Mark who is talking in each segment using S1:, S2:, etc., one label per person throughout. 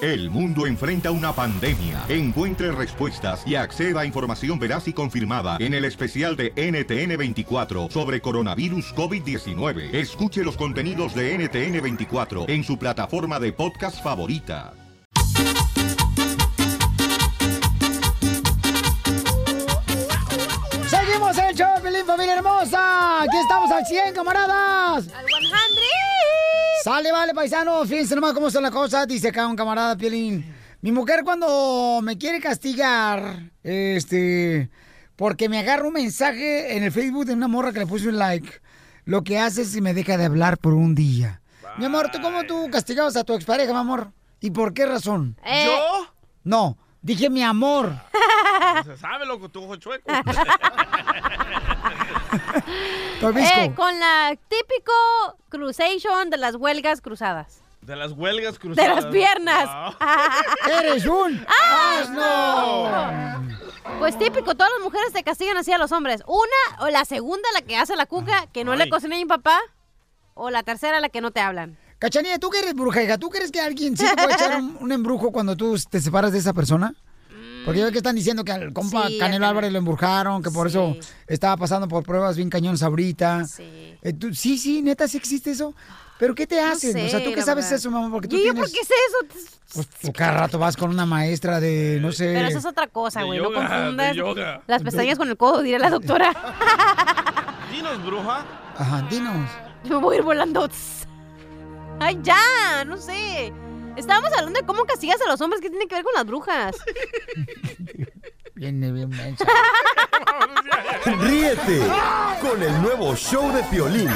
S1: El mundo enfrenta una pandemia. Encuentre respuestas y acceda a información veraz y confirmada en el especial de NTN24 sobre coronavirus COVID-19. Escuche los contenidos de NTN24 en su plataforma de podcast favorita.
S2: Seguimos el show, Pelín, familia hermosa. Aquí estamos al 100, camaradas.
S3: Al 100.
S2: Sale, vale, paisano. Fíjense nomás cómo son las cosas. Dice acá un camarada, Pielín. Mi mujer cuando me quiere castigar, este, porque me agarra un mensaje en el Facebook de una morra que le puso un like, lo que hace es que me deja de hablar por un día. Mi amor, ¿tú cómo tú castigabas a tu expareja, mi amor? ¿Y por qué razón?
S3: Eh. ¿Yo?
S2: No, dije mi amor.
S4: No se sabe, loco, tu ojo chueco.
S2: Tobisco.
S3: Eh, con la típico cruzation de las huelgas cruzadas.
S4: De las huelgas cruzadas. Ah,
S3: De las piernas.
S2: ¡Eres un
S3: asno! Pues típico, todas las mujeres se castigan así a los hombres. Una o la segunda, la que hace la cuca, que no le
S2: Ay.
S3: cocina a mi papá. O la tercera, la que no te hablan.
S2: Cachanilla, ¿tú que eres bruja, hija? ¿Tú crees que alguien sí te puede echar un, un embrujo cuando tú te separas de esa persona? Porque yo veo que están diciendo que al compa
S3: Sí,
S2: Canelo
S3: al-
S2: Álvarez lo embrujaron, que por eso estaba pasando por pruebas bien cañones ahorita. Eh,
S3: Sí.
S2: sí, sí, neta, sí existe eso. ¿Pero qué te hacen? o sea,
S3: sé,
S2: ¿tú qué
S3: la
S2: sabes
S3: verdad.
S2: eso, mamá? Porque tú
S3: ¿Y yo
S2: tienes...
S3: por qué sé eso?
S2: Pues tú cada rato vas con una maestra de, no sé...
S3: Pero eso es otra cosa, güey. No
S4: yoga, de
S3: confundas
S4: yoga.
S3: las pestañas con el codo, diré la doctora.
S4: Dinos, bruja.
S2: Ajá, dinos.
S3: Yo me voy a ir volando. Ay, ya, no sé. Estábamos hablando de cómo castigas a los hombres, ¿qué tiene que ver con las brujas?
S2: Viene bien mensa.
S5: Ríete con el nuevo show de Piolín.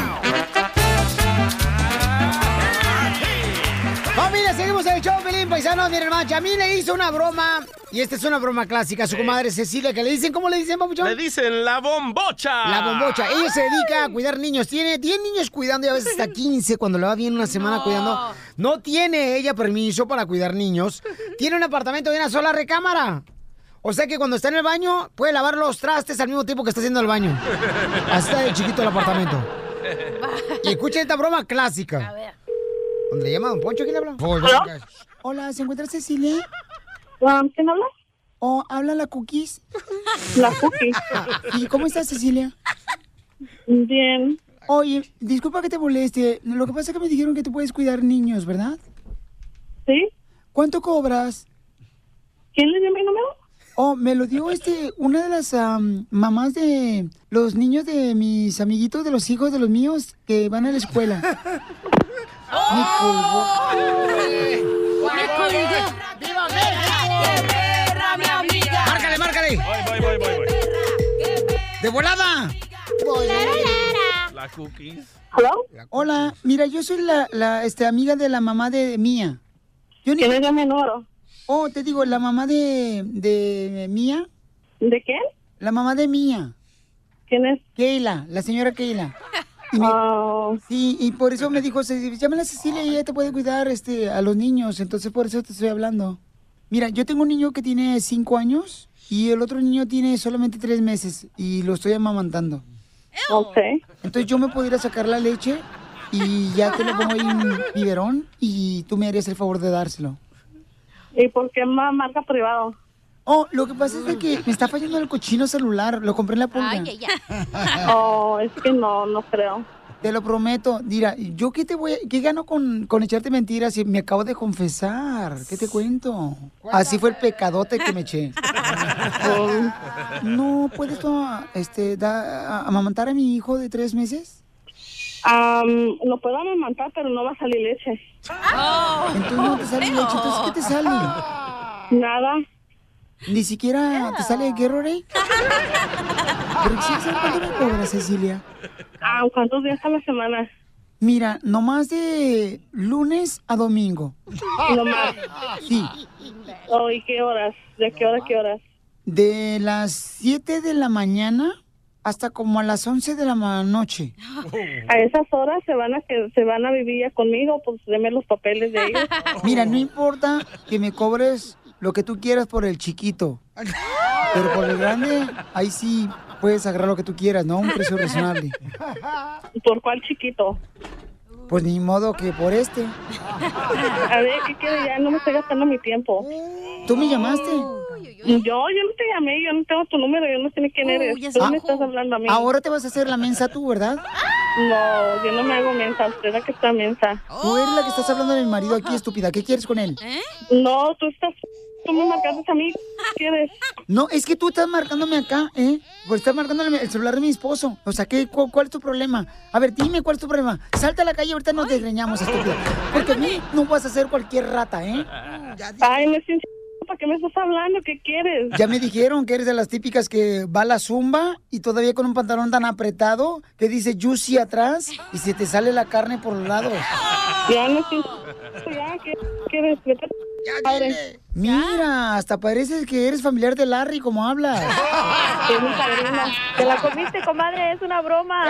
S2: Familia, seguimos en el show, Pelín Paisanos, mi hermano. A mí le hizo una broma, y esta es una broma clásica, a su comadre Cecilia, que le dicen, ¿cómo le dicen, papuchón?
S4: Le dicen la bombocha.
S2: La bombocha. Ella se dedica a cuidar niños. Tiene 10 niños cuidando y a veces hasta 15 cuando le va bien una semana cuidando. No tiene ella permiso para cuidar niños. Tiene un apartamento de una sola recámara. O sea que cuando está en el baño puede lavar los trastes al mismo tiempo que está haciendo el baño. Así está de chiquito el apartamento. Y escuchen esta broma clásica. A ver. ¿Dónde le llama Don Poncho? ¿Quién le habla? Hola, ¿se encuentra Cecilia?
S6: ¿Quién habla?
S2: Oh, habla la Cookies.
S6: La Cookies.
S2: ¿Y cómo estás, Cecilia?
S6: Bien.
S2: Oye, disculpa que te moleste. Lo que pasa es que me dijeron que tú puedes cuidar niños, ¿verdad?
S6: Sí.
S2: ¿Cuánto cobras?
S6: ¿Quién le dio mi número?
S2: Oh, me lo dio este, una de las am, mamás de los niños de mis amiguitos, de los hijos de los míos que van a la escuela. Me colgó.
S3: ¡Viva México! perra, mi amiga!
S2: ¡Márcale, márcale!
S4: Voy, voy, voy, voy.
S2: ¡De volada!
S4: La cookies.
S2: Hola, mira, yo soy la, la este, amiga de la mamá de Mía. Yo ni...
S6: ¿Quién es menor?
S2: Oh, te digo, la mamá de, de Mía.
S6: ¿De quién?
S2: La mamá de Mía.
S6: ¿Quién es? Oh.
S2: Keila, la señora Keila. Y me- Sí, y por eso me dijo, "Ce- llámala a Cecilia y ella te puede cuidar este, a los niños, entonces por eso te estoy hablando. Mira, yo tengo un niño que tiene cinco años y el otro niño tiene solamente tres meses y lo estoy amamantando.
S6: Ok.
S2: Entonces yo me pudiera sacar la leche y ya te lo pongo ahí en un biberón y tú me harías el favor de dárselo.
S6: ¿Y por qué más marca privado?
S2: Oh, lo que pasa es de que me está fallando el cochino celular, lo compré en la pulga.
S6: Oh, es que no, no creo.
S2: Te lo prometo. Mira, ¿yo qué te voy a- qué gano con, con echarte mentiras si me acabo de confesar? ¿Qué te cuento? Así fue el pecadote que me eché. Oh, no puedes tú ah, este, da- a- amamantar a mi hijo de tres meses.
S6: Am, lo puedo amamantar, pero no va a salir leche.
S2: Entonces no te sale leche. Entonces, ¿qué te sale?
S6: Nada.
S2: Ni siquiera te sale Gatorade. Pero sí, ¿sabes cuánto me cobras, Cecilia?
S6: Ah, ¿Cuántos días a la semana?
S2: Mira, nomás de lunes a domingo.
S6: No más.
S2: Sí.
S6: Oh, ¿Y qué horas? ¿De qué hora a qué horas?
S2: De las 7 de la mañana hasta como a las 11 de la ma- noche.
S6: A esas horas se van a que se van a vivir ya conmigo, pues deme los papeles de ellos.
S2: Mira, no importa que me cobres lo que tú quieras por el chiquito. Pero por el grande, ahí sí puedes agarrar lo que tú quieras, ¿no? Un precio razonable.
S6: ¿Por cuál chiquito?
S2: Pues ni modo que por este.
S6: A ver, ¿qué quiere ya? No me estoy gastando mi tiempo.
S2: ¿Tú me llamaste?
S6: Yo, yo no te llamé, yo no tengo tu número, yo no sé ni quién
S2: Uy,
S6: eres.
S2: ya se
S6: ¿Tú me
S2: bajó.
S6: estás hablando a mí?
S2: Ahora te vas a hacer la mensa tú, ¿verdad?
S6: No, yo no me hago mensa, usted es la que está mensa. Oh.
S2: Tú eres la que estás hablando del marido aquí, estúpida. ¿Qué quieres con él?
S6: No, tú estás... Tú me marcaste a mí, ¿qué quieres?
S2: No, es que tú estás marcándome acá, ¿eh? Pues estás marcando el celular de mi esposo. O sea, ¿qué, cu- ¿cuál es tu problema? A ver, dime cuál es tu problema. Salta a la calle, ahorita no te greñamos, estúpida. Porque a mí no vas a ser cualquier rata, ¿eh?
S6: Ay, no es sin- ¿Para qué me estás hablando? ¿Qué quieres?
S2: Ya me dijeron que eres de las típicas que va a la zumba y todavía con un pantalón tan apretado que dice juicy atrás y se te sale la carne por los lados.
S6: Ya no sé. Ya, ¿qué quieres? Vete a tu madre.
S2: Mira, hasta pareces que eres familiar de Larry como hablas.
S6: Es mi padrino. Te la comiste, comadre, es una broma.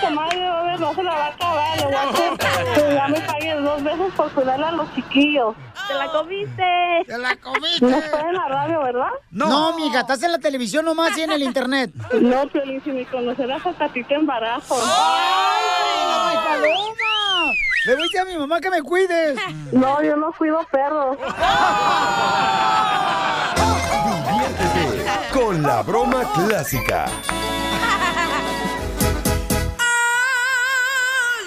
S6: Comadre, hombre, no se la va a acabar. Le voy a hacer que ya me paguen dos veces por cuidarla a los chiquillos. Te
S2: Oh.
S6: la comiste.
S2: ¡Te la comiste!
S6: No está en la radio, ¿verdad?
S2: No, mija, estás en la televisión nomás y en el internet.
S6: No, Piolín, si me conocerás hasta a ti te embarazo.
S2: ¡Ay, paloma! Le voy a decir a mi mamá que me cuides.
S6: No, yo no cuido perros.
S5: Diviértete con la broma clásica.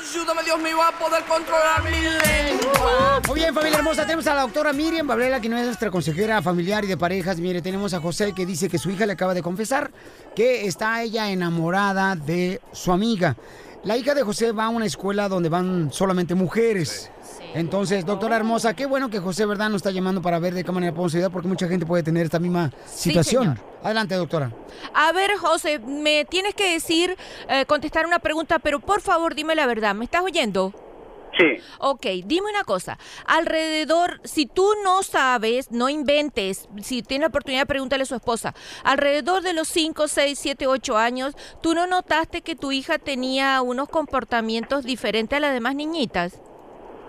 S7: Ayúdame, Dios mío, a poder controlar mi lengua.
S2: Muy bien, familia hermosa, tenemos a la doctora Miriam Bablela, que no es nuestra consejera familiar y de parejas. Mire, tenemos a José que dice que su hija le acaba de confesar que está ella enamorada de su amiga. La hija de José va a una escuela donde van solamente mujeres. Entonces, doctora hermosa, qué bueno que José, ¿verdad?, nos está llamando para ver de qué manera podemos ayudar, porque mucha gente puede tener esta misma situación. Adelante, doctora.
S8: A ver, José, me tienes que decir, eh, contestar una pregunta, pero por favor dime la verdad. ¿Me estás oyendo?
S9: Sí.
S8: Ok, dime una cosa. Alrededor, si tú no sabes, no inventes. Si tienes la oportunidad, pregúntale a su esposa. Alrededor de los 5, 6, 7, 8 años, ¿tú no notaste que tu hija tenía unos comportamientos diferentes a las demás niñitas?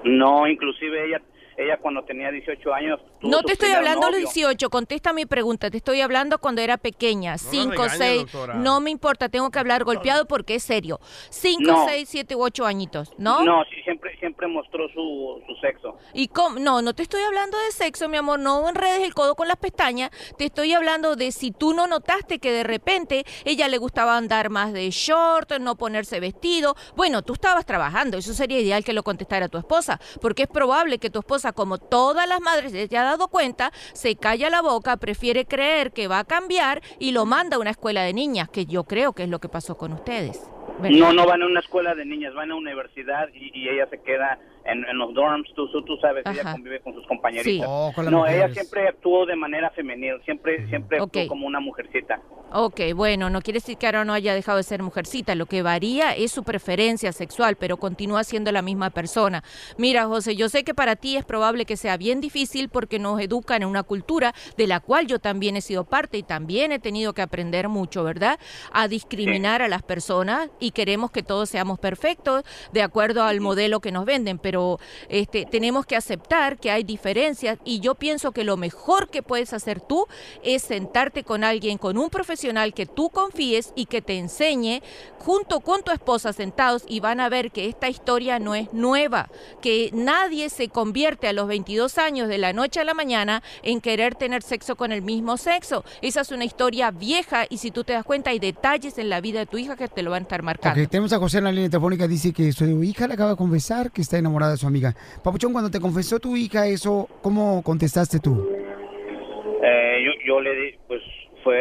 S9: No, inclusive ella ella cuando tenía 18 años. tuvo
S8: No
S9: su
S8: te estoy
S9: primer
S8: hablando a los
S9: novio.
S8: 18, contesta mi pregunta. Te estoy hablando cuando era pequeña.
S9: la
S8: 5,
S9: regañe,
S8: 6,
S9: doctora.
S8: no me importa, tengo que hablar golpeado porque es serio. 5,
S9: No.
S8: 6, 7, 8 añitos, ¿no?
S9: No, sí, siempre, siempre mostró su, su sexo.
S8: ¿Y cómo? No, no te estoy hablando de sexo, mi amor, no enredes el codo con las pestañas. Te estoy hablando de si tú no notaste que de repente ella le gustaba andar más de short, no ponerse vestido. Bueno, tú estabas trabajando, eso sería ideal que lo contestara tu esposa, porque es probable que tu esposa, como todas las madres se te ha dado cuenta, se calla la boca, prefiere creer que va a cambiar y lo manda a una escuela de niñas, que yo creo que es lo que pasó con ustedes. ¿verdad?
S9: No, no van a una escuela de niñas, van a una universidad y, y ella se queda en, en los dorms. Tú, tú, tú sabes, ella
S8: Ajá.
S9: convive con sus compañeritas.
S8: Sí. Oh, con las
S9: no, ella
S8: mujeres.
S9: siempre actuó de manera femenil, siempre, siempre actuó
S8: Ok.
S9: como una mujercita.
S8: Ok, bueno, no quiere decir que ahora no haya dejado de ser mujercita. Lo que varía es su preferencia sexual, pero continúa siendo la misma persona. Mira, José, yo sé que para ti es probable que sea bien difícil porque nos educan en una cultura de la cual yo también he sido parte y también he tenido que aprender mucho, ¿verdad? A discriminar a las personas y queremos que todos seamos perfectos de acuerdo al modelo que nos venden, pero este, tenemos que aceptar que hay diferencias y yo pienso que lo mejor que puedes hacer tú es sentarte con alguien, con un profesional que tú confíes y que te enseñe junto con tu esposa sentados y van a ver que esta historia no es nueva, que nadie se convierte a los 22 años de la noche a la mañana en querer tener sexo con el mismo sexo. Esa es una historia vieja y si tú te das cuenta hay detalles en la vida de tu hija que te lo van a estar marcando.
S2: Ok, tenemos a José en la línea telefónica, dice que su hija le acaba de confesar que está enamorada de su amiga. Papuchón, cuando te confesó tu hija eso, ¿cómo contestaste tú?
S9: Eh, yo, yo le di, pues fue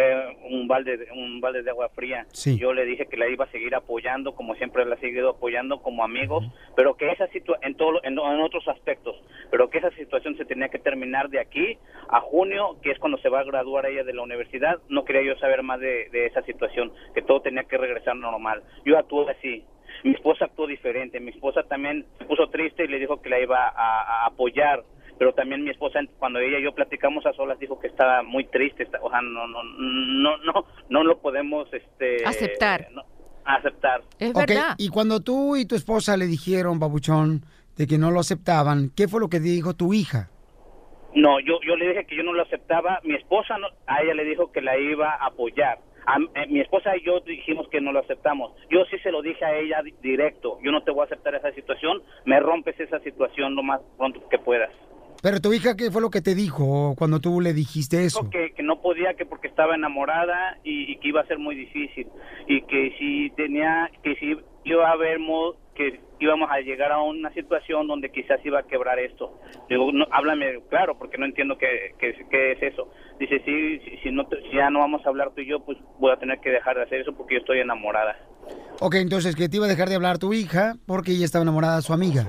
S9: un balde de, un balde de agua fría.
S2: Sí.
S9: Yo le dije que la iba a seguir apoyando, como siempre la he seguido apoyando como amigos, pero que esa situación en todo lo- en, en otros aspectos, pero que esa situación se tenía que terminar de aquí a junio, que es cuando se va a graduar ella de la universidad. No quería yo saber más de, de esa situación, que todo tenía que regresar normal. Yo actué así. Mi esposa actuó diferente. Mi esposa también se puso triste y le dijo que la iba a- a apoyar pero también mi esposa cuando ella y yo platicamos a solas dijo que estaba muy triste está- o sea no no no no no lo podemos este
S2: Aceptar.
S9: no, aceptar
S8: Es
S2: Ok, Y cuando tú y tu esposa le dijeron, Papuchón, de que no lo aceptaban, ¿qué fue lo que dijo tu hija?
S9: no yo yo le dije que yo no lo aceptaba mi esposa no, a ella le dijo que la iba a apoyar A- eh, mi esposa y yo dijimos que no lo aceptamos. Yo sí se lo dije a ella di- directo. Yo no te voy a aceptar esa situación. Me rompes esa situación lo más pronto que puedas.
S2: Pero tu hija, ¿qué fue lo que te dijo cuando tú le dijiste eso?
S9: Dijo que, que no podía, que porque estaba enamorada y, y que iba a ser muy difícil. Y que si tenía, que si iba a haber mo- que íbamos a llegar a una situación donde quizás iba a quebrar esto. Digo, no, háblame claro, porque no entiendo qué, qué- qué es eso. Dice, sí, si, si no te- si ya no vamos a hablar tú y yo, pues voy a tener que dejar de hacer eso porque yo estoy enamorada.
S2: Ok, entonces que te iba a dejar de hablar tu hija porque ella estaba enamorada de su amiga.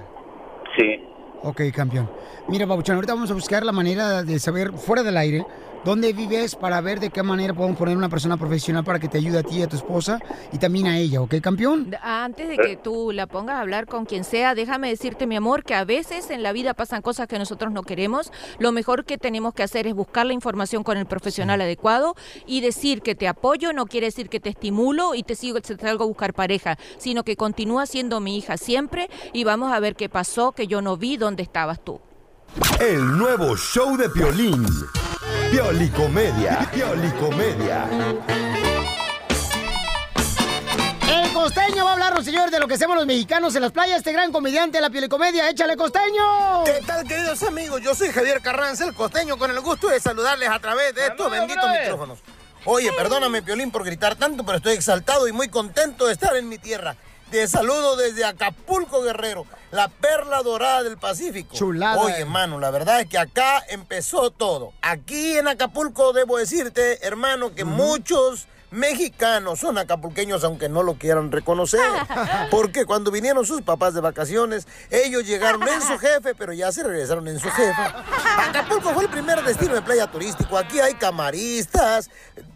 S9: Sí.
S2: Ok, campeón. Mira, Pabuchón, ahorita vamos a buscar la manera de saber fuera del aire dónde vives para ver de qué manera podemos poner una persona profesional para que te ayude a ti y a tu esposa y también a ella, ¿ok, campeón?
S8: Antes de que tú la pongas a hablar con quien sea, déjame decirte, mi amor, que a veces en la vida pasan cosas que nosotros no queremos. Lo mejor que tenemos que hacer es buscar la información con el profesional adecuado y decir que te apoyo, no quiere decir que te estimulo y te sigo, te salgo a buscar pareja, sino que continúa siendo mi hija siempre y vamos a ver qué pasó, que yo no vi dónde estabas tú.
S5: El nuevo show de Piolín. Piolicomedia. Piolicomedia.
S2: El costeño va a hablarnos, señor, de lo que hacemos los mexicanos en las playas. Este gran comediante de la pielecomedia, échale costeño.
S10: ¿Qué tal, queridos amigos? Yo soy Javier Carranza, el costeño, con el gusto de saludarles a través de estos benditos micrófonos. Oye, perdóname, Piolín, por gritar tanto, pero estoy exaltado y muy contento de estar en mi tierra. Te saludo desde Acapulco, Guerrero, la perla dorada del Pacífico.
S2: Chulada,
S10: Oye,
S2: eh.
S10: hermano, la verdad es que acá empezó todo. Aquí en Acapulco, debo decirte, hermano, que muchos mexicanos son acapulqueños, aunque no lo quieran reconocer. Porque cuando vinieron sus papás de vacaciones, ellos llegaron en su jefe, pero ya se regresaron en su jefa. Acapulco fue el primer destino de playa turístico. Aquí hay camaristas,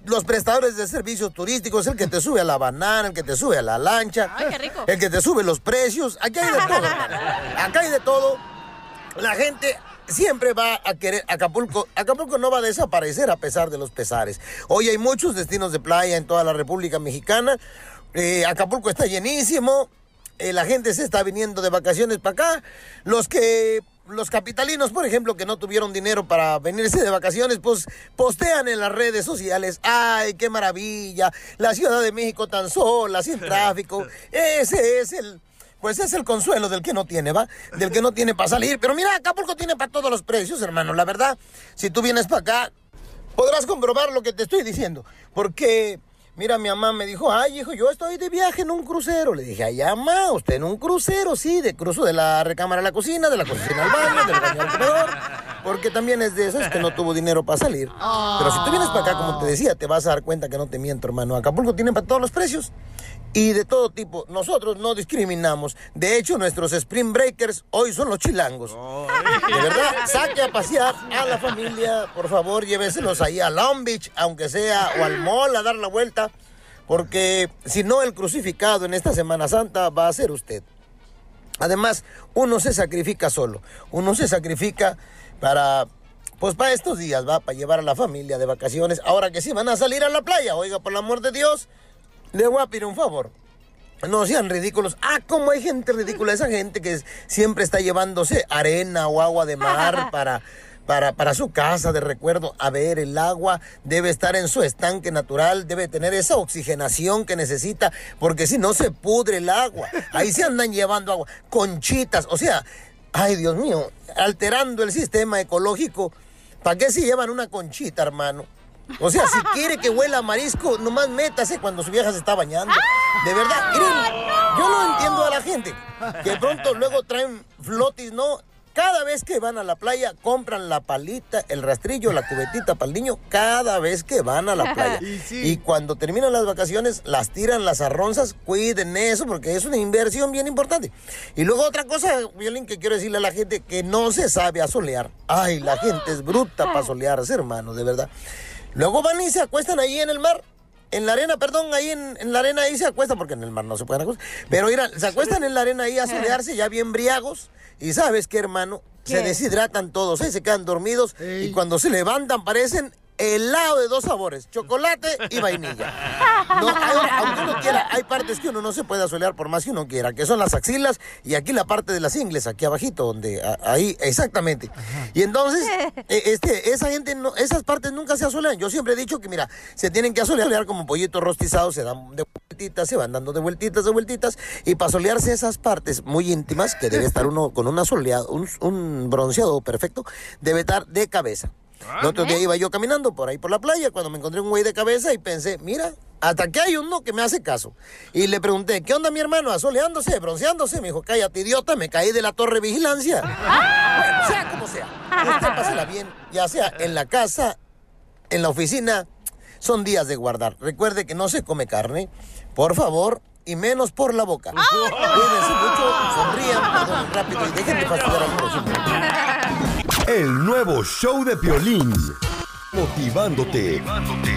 S10: los prestadores de servicios turísticos, el que te sube a la banana, el que te sube a la lancha,
S11: Ay, qué rico.
S10: el que te sube los precios. Aquí hay de todo. hermano. Acá hay de todo. La gente siempre va a querer Acapulco. Acapulco no va a desaparecer a pesar de los pesares. Hoy hay muchos destinos de playa en toda la República Mexicana. Eh, Acapulco está llenísimo. Eh, la gente se está viniendo de vacaciones para acá. Los que los capitalinos, por ejemplo, que no tuvieron dinero para venirse de vacaciones, pues postean en las redes sociales, ay, qué maravilla, la Ciudad de México tan sola, sin tráfico. Ese es el pues es el consuelo del que no tiene, ¿va? Del que no tiene para salir. Pero mira, Acapulco tiene para todos los precios, hermano. La verdad, si tú vienes para acá, podrás comprobar lo que te estoy diciendo. Porque, mira, mi mamá me dijo, ay, hijo, yo estoy de viaje en un crucero. Le dije, ay, mamá, usted en un crucero, sí, de cruzo de la recámara a la cocina, de la cocina al baño, del baño al comedor. Porque también es de esas que no tuvo dinero para salir. Pero si tú vienes para acá, como te decía, te vas a dar cuenta que no te miento, hermano. Acapulco tiene para todos los precios y de todo tipo. Nosotros no discriminamos. De hecho, nuestros spring breakers hoy son los chilangos. De verdad, saque a pasear a la familia, por favor, lléveselos ahí a Long Beach, aunque sea, o al mall a dar la vuelta, porque si no, el crucificado en esta Semana Santa va a ser usted. Además, uno se sacrifica solo, uno se sacrifica para, pues para estos días, va, para llevar a la familia de vacaciones, ahora que sí van a salir a la playa, oiga, por el amor de Dios, le voy a pedir un favor. No sean ridículos. Ah, cómo hay gente ridícula. Esa gente que es- siempre está llevándose arena o agua de mar para, para, para su casa de recuerdo. A ver, el agua debe estar en su estanque natural, debe tener esa oxigenación que necesita, porque si no se pudre el agua. Ahí se andan llevando agua. Conchitas, o sea, ay Dios mío, alterando el sistema ecológico. ¿Para qué se llevan una conchita, hermano? O sea, si quiere que huela a marisco, nomás métase cuando su vieja se está bañando. De
S12: ¡Ah!
S10: verdad, miren, yo no entiendo a la gente. Que pronto luego traen flotis, ¿no? Cada vez que van a la playa, compran la palita, el rastrillo, la cubetita para el niño, cada vez que van a la playa.
S12: Y sí.
S10: Y cuando terminan las vacaciones, las tiran las arronzas, cuiden eso, porque es una inversión bien importante. Y luego otra cosa, Violín, que quiero decirle a la gente, que no se sabe asolear. Ay, la gente es bruta para asolearse, hermano, de verdad. Luego van y se acuestan ahí en el mar. En la arena, perdón, ahí en, en la arena ahí se acuestan, porque en el mar no se pueden acostar. Pero mira, se acuestan en la arena ahí a solearse, ya bien briagos. Y sabes qué, hermano,
S12: ¿Qué?
S10: se deshidratan todos, ahí se quedan dormidos. Y cuando se levantan parecen helado de dos sabores, chocolate y vainilla. No, hay- aunque uno quiera, hay partes que uno no se puede asolear por más que uno quiera, que son las axilas y aquí la parte de las ingles, aquí abajito, donde a- ahí, exactamente. Y entonces, eh, este, esa gente, no, esas partes nunca se asolean. Yo siempre he dicho que, mira, se tienen que asolear como pollitos rostizados, se dan de vueltitas, se van dando de vueltitas, de vueltitas, y para asolearse esas partes muy íntimas, que debe estar uno con un asoleado, un, un bronceado perfecto, debe estar de cabeza. El otro día iba yo caminando por ahí por la playa cuando me encontré un güey de cabeza y pensé, mira, hasta que hay uno que me hace caso. Y le pregunté, ¿qué onda mi hermano? ¿Asoleándose, bronceándose? Me dijo, cállate idiota, me caí de la torre de vigilancia. Bueno, sea como sea, usted pásela bien, ya sea en la casa, en la oficina, son días de guardar. Recuerde que no se come carne, por favor, y menos por la boca. Cuídense mucho, sonrían, perdonen rápido y dejen de fastidiar a otros.
S5: El nuevo show de Piolín. Motivándote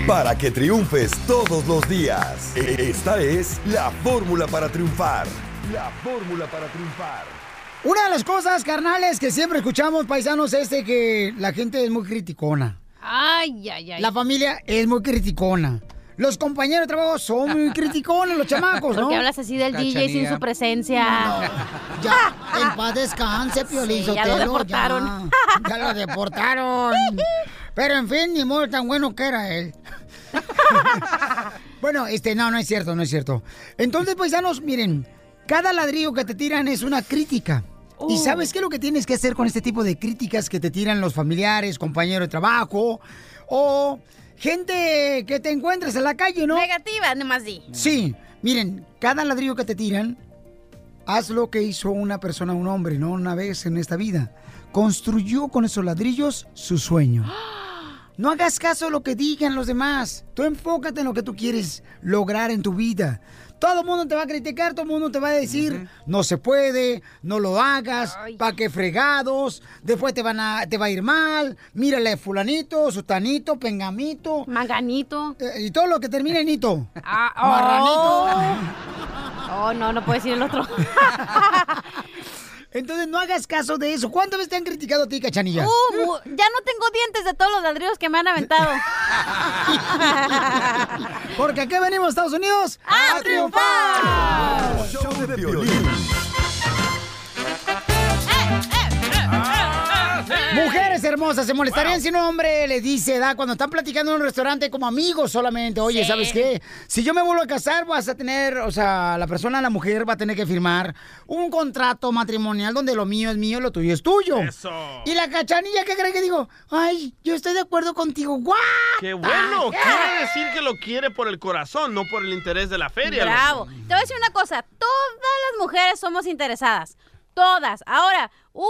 S5: para que triunfes todos los días. E- Esta es la fórmula para triunfar. La fórmula para triunfar.
S2: Una de las cosas, carnales, que siempre escuchamos, paisanos, es de que la gente es muy criticona.
S3: Ay, ay, ay.
S2: La familia es muy criticona. Los compañeros de trabajo son muy criticones, los chamacos, ¿no?
S3: Porque hablas así del DJ sin su presencia.
S2: Ya, en paz descanse, Piolín
S3: Sí, ya lo
S2: Sotelo,
S3: deportaron.
S2: Ya, Ya lo deportaron. Pero en fin, ni modo tan bueno que era él. bueno, este, no, no es cierto, no es cierto. Entonces, paisanos, miren, cada ladrillo que te tiran es una crítica.
S3: Oh.
S2: ¿Y sabes qué es lo que tienes que hacer con este tipo de críticas que te tiran los familiares, compañeros de trabajo o gente que te encuentres en la calle, no?
S3: Negativa, nomás di.
S2: Sí, miren, cada ladrillo que te tiran, haz lo que hizo una persona, un hombre, ¿no? Una vez en esta vida. Construyó con esos ladrillos su sueño. No hagas caso a lo que digan los demás. Tú enfócate en lo que tú quieres lograr en tu vida. Todo el mundo te va a criticar, todo el mundo te va a decir, no se puede, no lo hagas, pa' que fregados, después te van a, te va a ir mal, mírale fulanito, sutanito, pengamito. Eh,
S3: Manganito.
S2: y todo lo que termine en ito.
S3: Ah, oh. Oh, no, no puedes decir el otro.
S2: Entonces no hagas caso de eso. ¿Cuántas veces te han criticado a ti, Cachanilla?
S3: Uh, mu- ya no tengo dientes de todos los ladrillos que me han aventado.
S2: Porque aquí venimos, a Estados Unidos, a, triunfar.
S5: Show de Piolín.
S2: Mujeres hermosas, se molestarían si un hombre les dice, da, cuando están platicando en un restaurante como amigos solamente, oye,
S11: Sí.
S2: ¿sabes qué? Si yo me vuelvo a casar, vas a tener, o sea, la persona, la mujer, va a tener que firmar un contrato matrimonial donde lo mío es mío, lo tuyo es tuyo.
S4: Eso.
S2: Y la cachanilla, ¿qué cree que digo? Ay, yo estoy de acuerdo contigo. ¡Guau!
S4: ¡Qué
S3: Ah,
S4: bueno! Quiere decir que lo quiere por el corazón, no por el interés de la feria.
S3: Bravo.
S4: loco.
S3: Te voy a decir una cosa. Todas las mujeres somos interesadas. Todas. Ahora, un...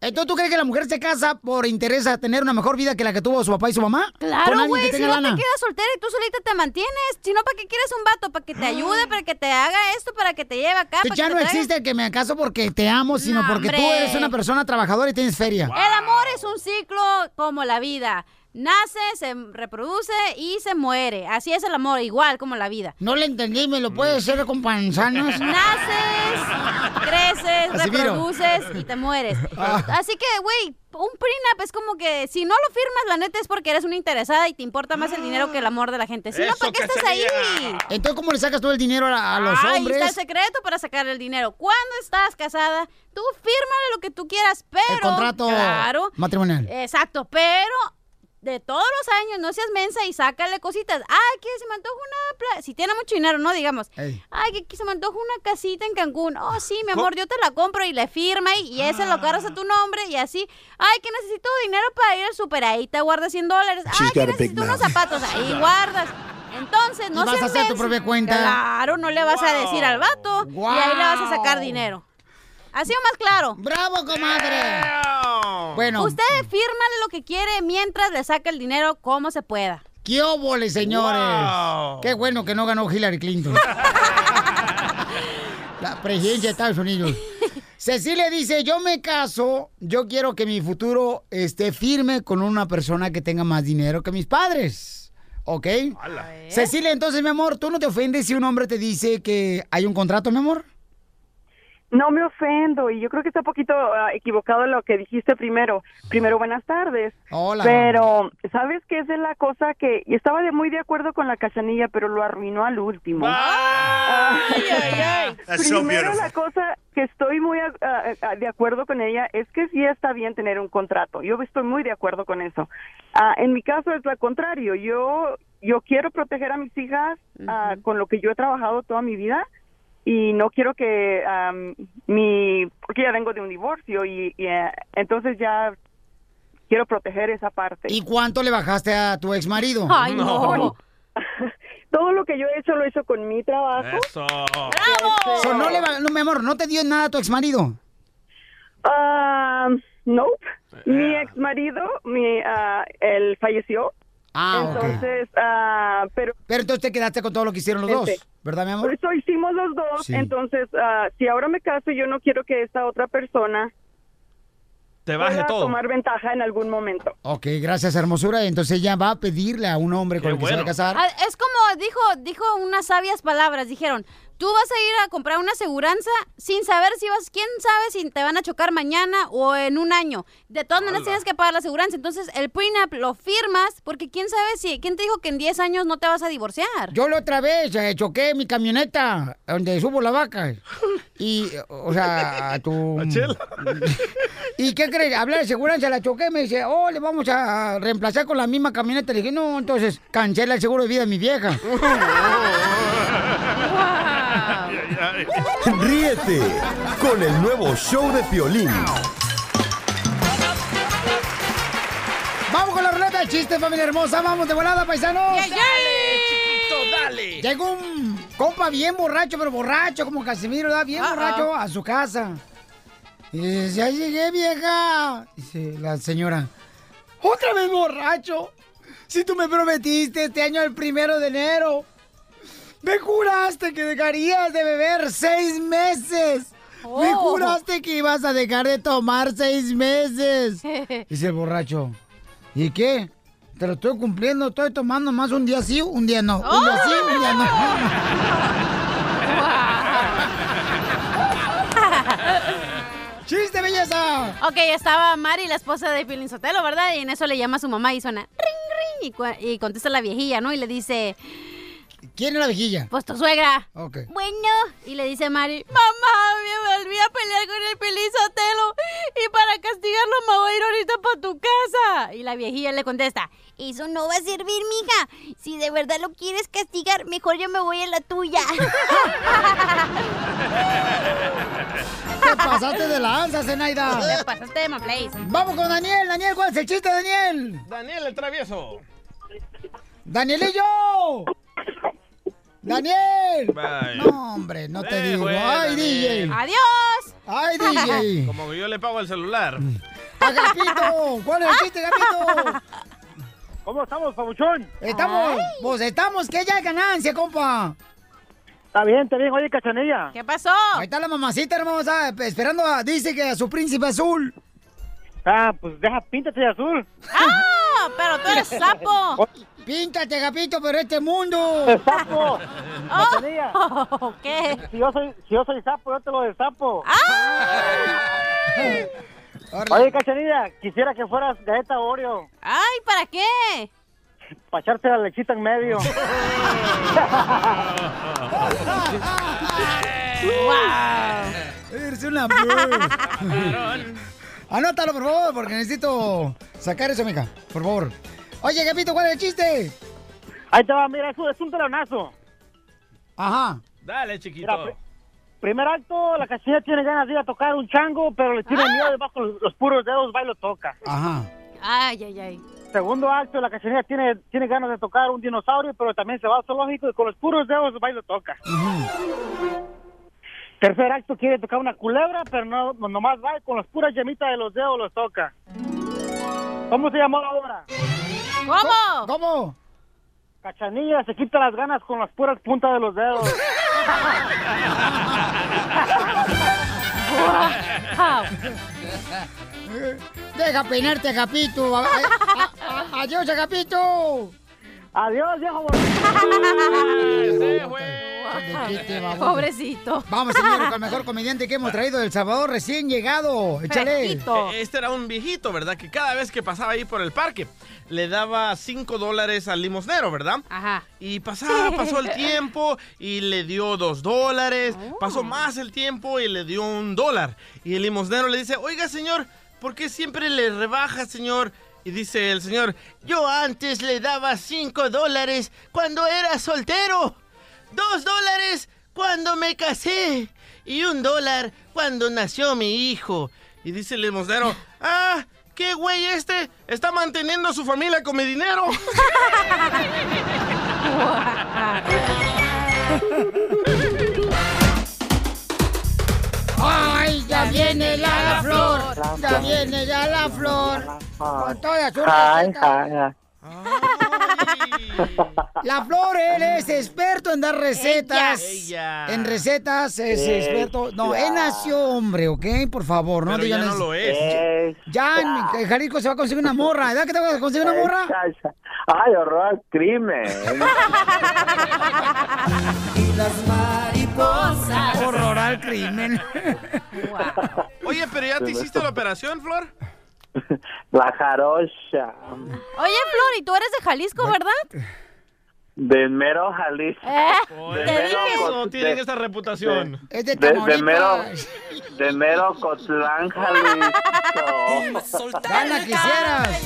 S2: Entonces, ¿tú crees que la mujer se casa por interés a tener una mejor vida que la que tuvo su papá y su mamá? Con
S3: Claro,
S2: alguien
S3: güey,
S2: que
S3: si
S2: tenga
S3: no
S2: lana.
S3: te quedas soltera y tú solita te mantienes. Si no, ¿para qué quieres un vato? ¿Para que te ayude? ¿Para que te haga esto? ¿Para que te lleve acá?
S2: Entonces, Ah.
S3: para
S2: Pues ya
S3: Ah, pues que
S2: no
S3: te traiga?
S2: existe el que me caso porque te amo, sino
S3: No,
S2: porque tú
S3: hombre.
S2: eres una persona trabajadora y tienes feria.
S3: El amor es un ciclo como la vida. Nace, se reproduce y se muere. Así es el amor, igual como la vida.
S2: No le entendí, ¿me lo puedes hacer con panzanas?
S3: Naces, creces,
S2: Casimiro.
S3: reproduces y te mueres.
S2: Ah.
S3: Así que, güey, un prenup es como que si no lo firmas, la neta es porque eres una interesada y te importa más el dinero que el amor de la gente. Si no,
S2: Eso,
S3: ¿para qué estás ahí?
S2: Cachanilla. Entonces, ¿cómo le sacas tú el dinero a, a los
S3: Ahí está el
S2: hombres?
S3: secreto para sacar el dinero. Cuando estás casada, tú fírmale lo que tú quieras, pero...
S2: El contrato
S3: Claro.
S2: matrimonial.
S3: Exacto, pero de todos los años no seas mensa y sácale cositas. Ay, que se me antoja una... pla- Si tiene mucho dinero, ¿no? Digamos.
S2: Ey.
S3: Ay, que, que se me antoja una casita en Cancún. Oh, sí, mi amor, yo te la compro y le firma y, y ese lo cargas
S2: Ah.
S3: a tu nombre y así. Ay, que necesito dinero para ir al super. Ahí te guardas 100 dólares. Ay, que necesito unos zapatos. Ahí guardas. Entonces, no
S2: Y vas
S3: seas
S2: a hacer tu
S3: mensa.
S2: propia cuenta.
S3: Claro, no le vas a decir al vato y ahí le vas a sacar dinero. Así o más claro.
S2: ¡Bravo, comadre! Bueno.
S3: Usted fírmale lo que quiere mientras le saca el dinero como se pueda.
S2: ¡Qué óvole, señores! Qué bueno que no ganó Hillary Clinton. La presidencia de Estados Unidos. Cecilia dice, yo me caso, yo quiero que mi futuro esté firme con una persona que tenga más dinero que mis padres. ¿Ok? Cecilia, entonces, mi amor, ¿tú no te ofendes si un hombre te dice que hay un contrato, mi amor?
S11: No me ofendo y yo creo que está un poquito ah, equivocado lo que dijiste primero. Primero, buenas tardes.
S2: Hola.
S11: Pero, ¿sabes qué es de la cosa que y estaba de muy de acuerdo con la cachanilla, pero lo arruinó al último?
S12: That's so
S11: Primero
S12: beautiful.
S11: la cosa que estoy muy ah, ah, de acuerdo con ella es que sí está bien tener un contrato. Yo estoy muy de acuerdo con eso. Ah, en mi caso es lo contrario. Yo yo quiero proteger a mis hijas ah, con lo que yo he trabajado toda mi vida y no quiero que am, mi porque ya vengo de un divorcio y, y, eh, entonces ya quiero proteger esa parte.
S2: ¿Y cuánto le bajaste a tu ex marido?
S11: Ay, no. No. Todo lo que yo he hecho lo hizo con mi trabajo.
S4: Eso.
S2: So, no, le ba- no, mi amor, no te dio nada a tu ex marido.
S11: Ah, no.
S2: Eh.
S11: Mi ex marido, mi, ah, él falleció.
S2: Ah, ok.
S11: entonces, ah, pero.
S2: Pero entonces te quedaste con todo lo que hicieron los dos, ¿verdad, mi amor?
S11: Por eso hicimos los dos.
S2: Sí.
S11: Entonces, ah, si ahora me caso, yo no quiero que esta otra persona
S4: Te
S11: pueda
S4: baje todo.
S11: tomar ventaja en algún momento.
S2: Ok, gracias, hermosura. Entonces ella va a pedirle a un hombre con el que se va a casar.
S3: Ah, Es como dijo, dijo unas sabias palabras, dijeron, tú vas a ir a comprar una aseguranza sin saber si vas, quién sabe si te van a chocar mañana o en un año. De todas maneras
S13: Ala.
S3: tienes que pagar la aseguranza, entonces el prenup lo firmas porque quién sabe si, quién te dijo que en 10 años no te vas a divorciar.
S2: Yo la otra vez eh, choqué mi camioneta donde subo la vaca. Y, o sea, a tu... ¿Y qué crees? Hablé de seguridad, se la choqué, me dice, oh, le vamos a reemplazar con la misma camioneta. Le dije, no, entonces cancela el seguro de vida de mi vieja.
S5: Ríete con el nuevo show de Piolín.
S2: Vamos con la ruleta de chistes, familia hermosa. Vamos de volada, paisanos.
S4: Yeah, yeah. Dale, chiquito, dale.
S2: Llegó un compa bien borracho, pero borracho, como Casimiro, ¿verdad? Bien
S4: Ah, ah.
S2: borracho a su casa. Y dice, ya llegué, vieja. Dice la señora, otra vez borracho. Si tú me prometiste este año el primero de enero, me juraste que dejarías de beber seis meses. Me
S13: Oh.
S2: juraste que ibas a dejar de tomar seis meses. Dice el borracho. ¿Y qué? Te lo estoy cumpliendo, estoy tomando más un día sí, un día no. Un día sí, un día
S4: ¡Oh!
S2: no. ¡Chiste, belleza!
S3: Ok, estaba Mari, la esposa de Pilín Sotelo, ¿verdad? Y en eso le llama a su mamá y suena ring, ring, y cua- y, contesta la viejilla, ¿no? Y le dice,
S2: ¿Quién es la viejilla?
S3: pues tu suegra.
S2: Ok.
S3: Bueno, y le dice Mari, mamá, me volví a pelear con el Pilín Sotelo y para castigarlo me voy a ir ahorita para tu casa. Y la viejilla le contesta, eso no va a servir, mija. Si de verdad lo quieres castigar, mejor yo me voy a la tuya.
S2: Te pasaste de lanza, Zenaida.
S3: Te pasaste de my place.
S2: Vamos con Daniel. Daniel, ¿cuál es el chiste, Daniel?
S4: Daniel, el travieso.
S2: ¡Danielillo! ¡Daniel!
S4: Bye.
S2: No, hombre, no te
S4: Eh,
S2: digo.
S4: güey,
S2: ¡Ay,
S4: Daniel.
S2: DJ!
S3: ¡Adiós!
S2: ¡Ay, Mm. DJ!
S4: Como que yo le pago el celular.
S2: ¡Agapito! ¿Cuál es el chiste, Agapito?
S14: ¿Cómo estamos, Pabuchón?
S2: Estamos, pues estamos, que ya hay ganancia, compa.
S14: Está bien, está bien. Oye, cachanilla.
S3: ¿Qué pasó?
S2: Ahí está la mamacita hermosa, esperando a, dice que a su príncipe azul.
S14: Ah, pues deja, píntate de azul.
S3: ¡Ah! ¡Pero tú eres sapo!
S2: Píntate, Agapito, pero este mundo.
S14: ¡Sapo! Cachanilla.
S3: ¿Qué?
S14: Si yo, soy, si yo soy sapo, yo te lo destapo. Oye, cachanilla, quisiera que fueras galleta Oreo.
S3: ¡Ay, ¿para qué?
S14: Para echarte la lechita en medio.
S2: Eres una bird. Anótalo, por favor, porque necesito sacar eso, mija. Por favor. Oye, Agapito, ¿cuál es el chiste?
S14: Ahí te va, mira, eso es un telonazo.
S2: Ajá.
S4: Dale, chiquito.
S14: Mira, pri- primer acto, la cachanilla tiene ganas de ir a tocar un chango, pero le tiene miedo debajo los, los puros dedos, va y lo toca.
S2: Ah. Ajá.
S3: Ay, ay, ay.
S14: Segundo acto, la cachanilla tiene, tiene ganas de tocar un dinosaurio, pero también se va al zoológico y con los puros dedos va y lo toca. Tercer acto, quiere tocar una culebra, pero no, nomás va y con las puras yemitas de los dedos los toca. ¿Cómo se llamó la obra?
S3: ¿Cómo?
S2: ¿Cómo?
S14: Cachanilla se quita las ganas con las puras puntas de los dedos.
S2: Deja peinarte, Agapito. A- a- a- Adiós, Agapito.
S14: Adiós, viejo.
S4: Ah, ese, güey.
S2: ¿De qué te va, bueno?
S3: Pobrecito.
S2: Vamos, señores, con el mejor comediante que hemos traído del Salvador, recién llegado. Échale.
S4: Eh, Este era un viejito, ¿verdad? Que cada vez que pasaba ahí por el parque le daba 5 dólares al limosnero, ¿verdad?
S3: Ajá.
S4: Y pasaba, pasó el tiempo y le dio 2 dólares. Pasó más el tiempo y le dio un dólar. Y el limosnero le dice, oiga señor, ¿por qué siempre le rebaja, señor? Y dice el señor, yo antes le daba 5 dólares cuando era soltero. Dos dólares cuando me casé y un dólar cuando nació mi hijo. Y dice el limosnero, ah, qué güey este está manteniendo a su familia con mi dinero.
S2: ¡Ay, ya viene ya la flor! ¡Ya viene ya la flor! Con toda su
S12: Ay,
S2: receta.
S12: ay, ay.
S2: La flor, él es experto en dar recetas.
S4: Ella.
S2: En recetas es
S12: Ella.
S2: experto. No, él nació hombre, ¿ok? Por favor, no
S12: Pero ya
S2: digan
S12: no
S2: eso.
S12: lo es.
S2: Ya, en Jalisco se va a conseguir una morra. ¿Edad que te vas a conseguir una morra?
S12: Ay, horror, crimen.
S2: Las mariposas. Horror al crimen.
S4: Oye, pero ya te hiciste la operación, Flor.
S12: La jarocha.
S3: Oye, Flor, y tú eres de Jalisco, ¿verdad?
S12: De mero Jalisco.
S3: Eh,
S12: De
S3: te
S12: mero
S3: dije.
S12: Cot- de- de-
S2: Es de
S12: de- de mero,
S2: Tamaulipas.
S12: de mero Cotlán, Jalisco.
S2: Gana quisieras.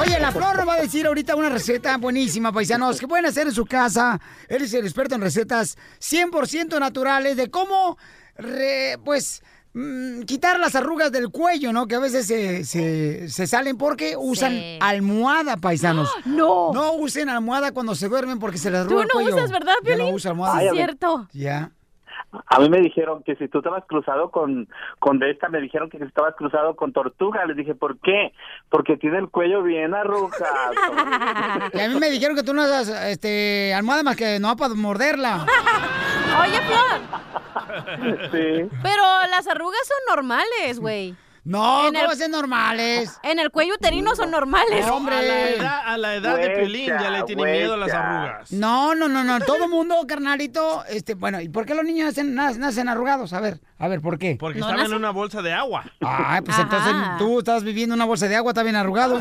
S2: Oye, la flor nos va a decir ahorita una receta buenísima, paisanos, que pueden hacer en su casa. Él es el experto en recetas 100% naturales de cómo, re- pues, mm, quitar las arrugas del cuello, ¿no? Que a veces se, se- se salen porque usan almohada, paisanos.
S3: ¡No!
S2: No usen almohada cuando se duermen porque se les arruga el
S3: no
S2: cuello.
S3: usas, ¿verdad,
S2: Yo no
S3: Piolín?
S2: uso almohada.
S12: Sí, es
S3: cierto.
S2: Ya.
S12: A mí me dijeron que si tú estabas cruzado con, con de esta, me dijeron que si estabas cruzado con tortuga. Les dije, ¿por qué? Porque tiene el cuello bien arrugado.
S2: Y a mí me dijeron que tú no usas este, almohada más que no para morderla.
S3: Oye, Flor,
S12: Sí.
S3: pero las arrugas son normales, güey.
S2: No,
S3: En el-
S2: ¿cómo ser normales?
S3: En el cuello uterino son normales.
S2: No, hombre.
S4: A la edad, a la edad de
S2: Hueca,
S4: Piolín ya le tiene miedo a las
S2: hueca.
S4: arrugas.
S2: No, no, no, no. Todo mundo, carnalito, este, bueno, ¿y por qué los niños nacen, na- nacen arrugados? A ver, a ver, ¿por qué?
S4: Porque estaba en una bolsa de agua.
S2: Ay, pues entonces tú estás viviendo una bolsa de agua, está bien arrugado.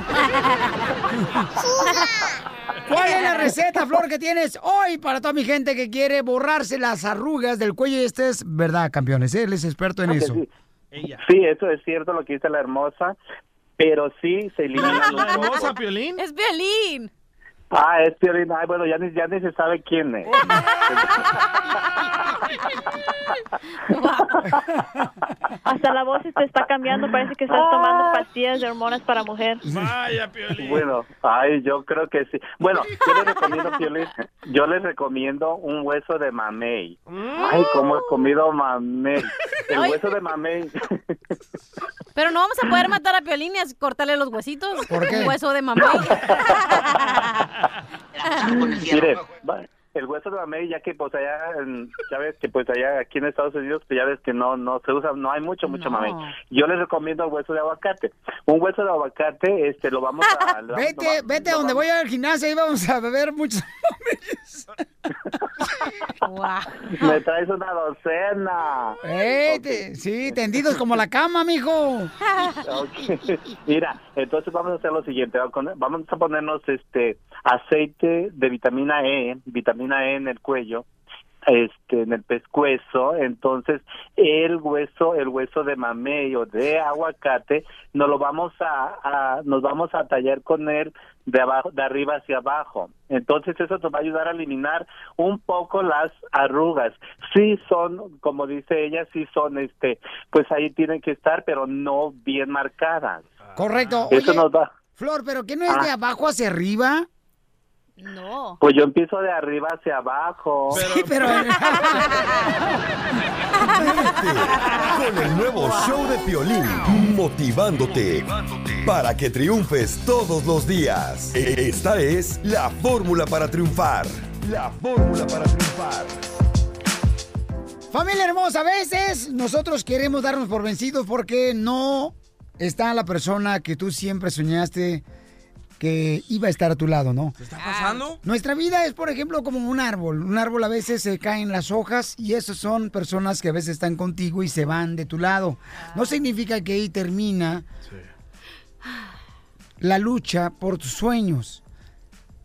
S2: ¿Cuál es la receta, Flor, que tienes hoy para toda mi gente que quiere borrarse las arrugas del cuello? Y este es verdad, campeones, ¿eh? él es experto en
S12: Claro que
S2: eso.
S12: sí. Sí, eso es cierto lo que dice la hermosa, pero sí se elimina los
S4: hermosa, Piolín?
S3: Es Piolín.
S12: Ah, es Piolín. Ay, bueno, ya ni, ya ni se sabe quién es.
S13: Hasta la voz te está cambiando, parece que estás
S15: Ah.
S13: tomando pastillas de hormonas para mujer.
S12: Bueno, ay, yo creo que sí. Bueno, yo les recomiendo, Piolín, yo les recomiendo un hueso de mamey.
S4: Mm.
S12: Ay, cómo he comido mamey. El
S3: Ay.
S12: hueso de mamey.
S3: Pero no vamos a poder matar a Piolín y a cortarle los huesitos.
S12: ¿Por qué?
S3: Un hueso de mamá.
S12: Mire, va- el hueso de mamey, ya que pues allá, en- ya ves que pues allá aquí en Estados Unidos, pues ya ves que no, no se usa, no hay mucho, mucho mamey. Yo les recomiendo el hueso de aguacate. Un hueso de aguacate, este, lo vamos a... lo- lo
S2: Vete,
S12: va-
S2: vete a donde voy al gimnasio, ahí vamos a beber muchos
S12: Me traes una docena.
S2: Eh, te- sí, tendidos como la cama, mijo.
S12: Ok. Mira, entonces vamos a hacer lo siguiente, vamos a ponernos este aceite de vitamina E, vitamina E en el cuello, este en el pescuezo, entonces el hueso, el hueso de mamey o de aguacate, nos lo vamos a, a- nos vamos a tallar con él de abajo, de arriba hacia abajo. Entonces eso nos va a ayudar a eliminar un poco las arrugas. Sí son, como dice ella, sí son este, pues ahí tienen que estar, pero no bien marcadas.
S2: Correcto.
S12: Eso
S2: Oye,
S12: nos va.
S2: Flor, ¿pero qué no es de
S12: Ah.
S2: abajo hacia arriba?
S12: Pues yo empiezo de arriba hacia abajo.
S2: Sí, pero...
S5: Con el nuevo show de Piolín, motivándote para que triunfes todos los días. E- Esta es la fórmula para triunfar. La fórmula para triunfar.
S2: Familia hermosa, a veces nosotros queremos darnos por vencidos porque no está la persona que tú siempre soñaste que iba a estar a tu lado, ¿no? Ah.
S4: ¿Está pasando?
S2: Nuestra vida es, por ejemplo, como un árbol. Un árbol a veces se caen las hojas y esas son personas que a veces están contigo y se van de tu lado. No
S4: Ah.
S2: significa que ahí termina la lucha por tus sueños,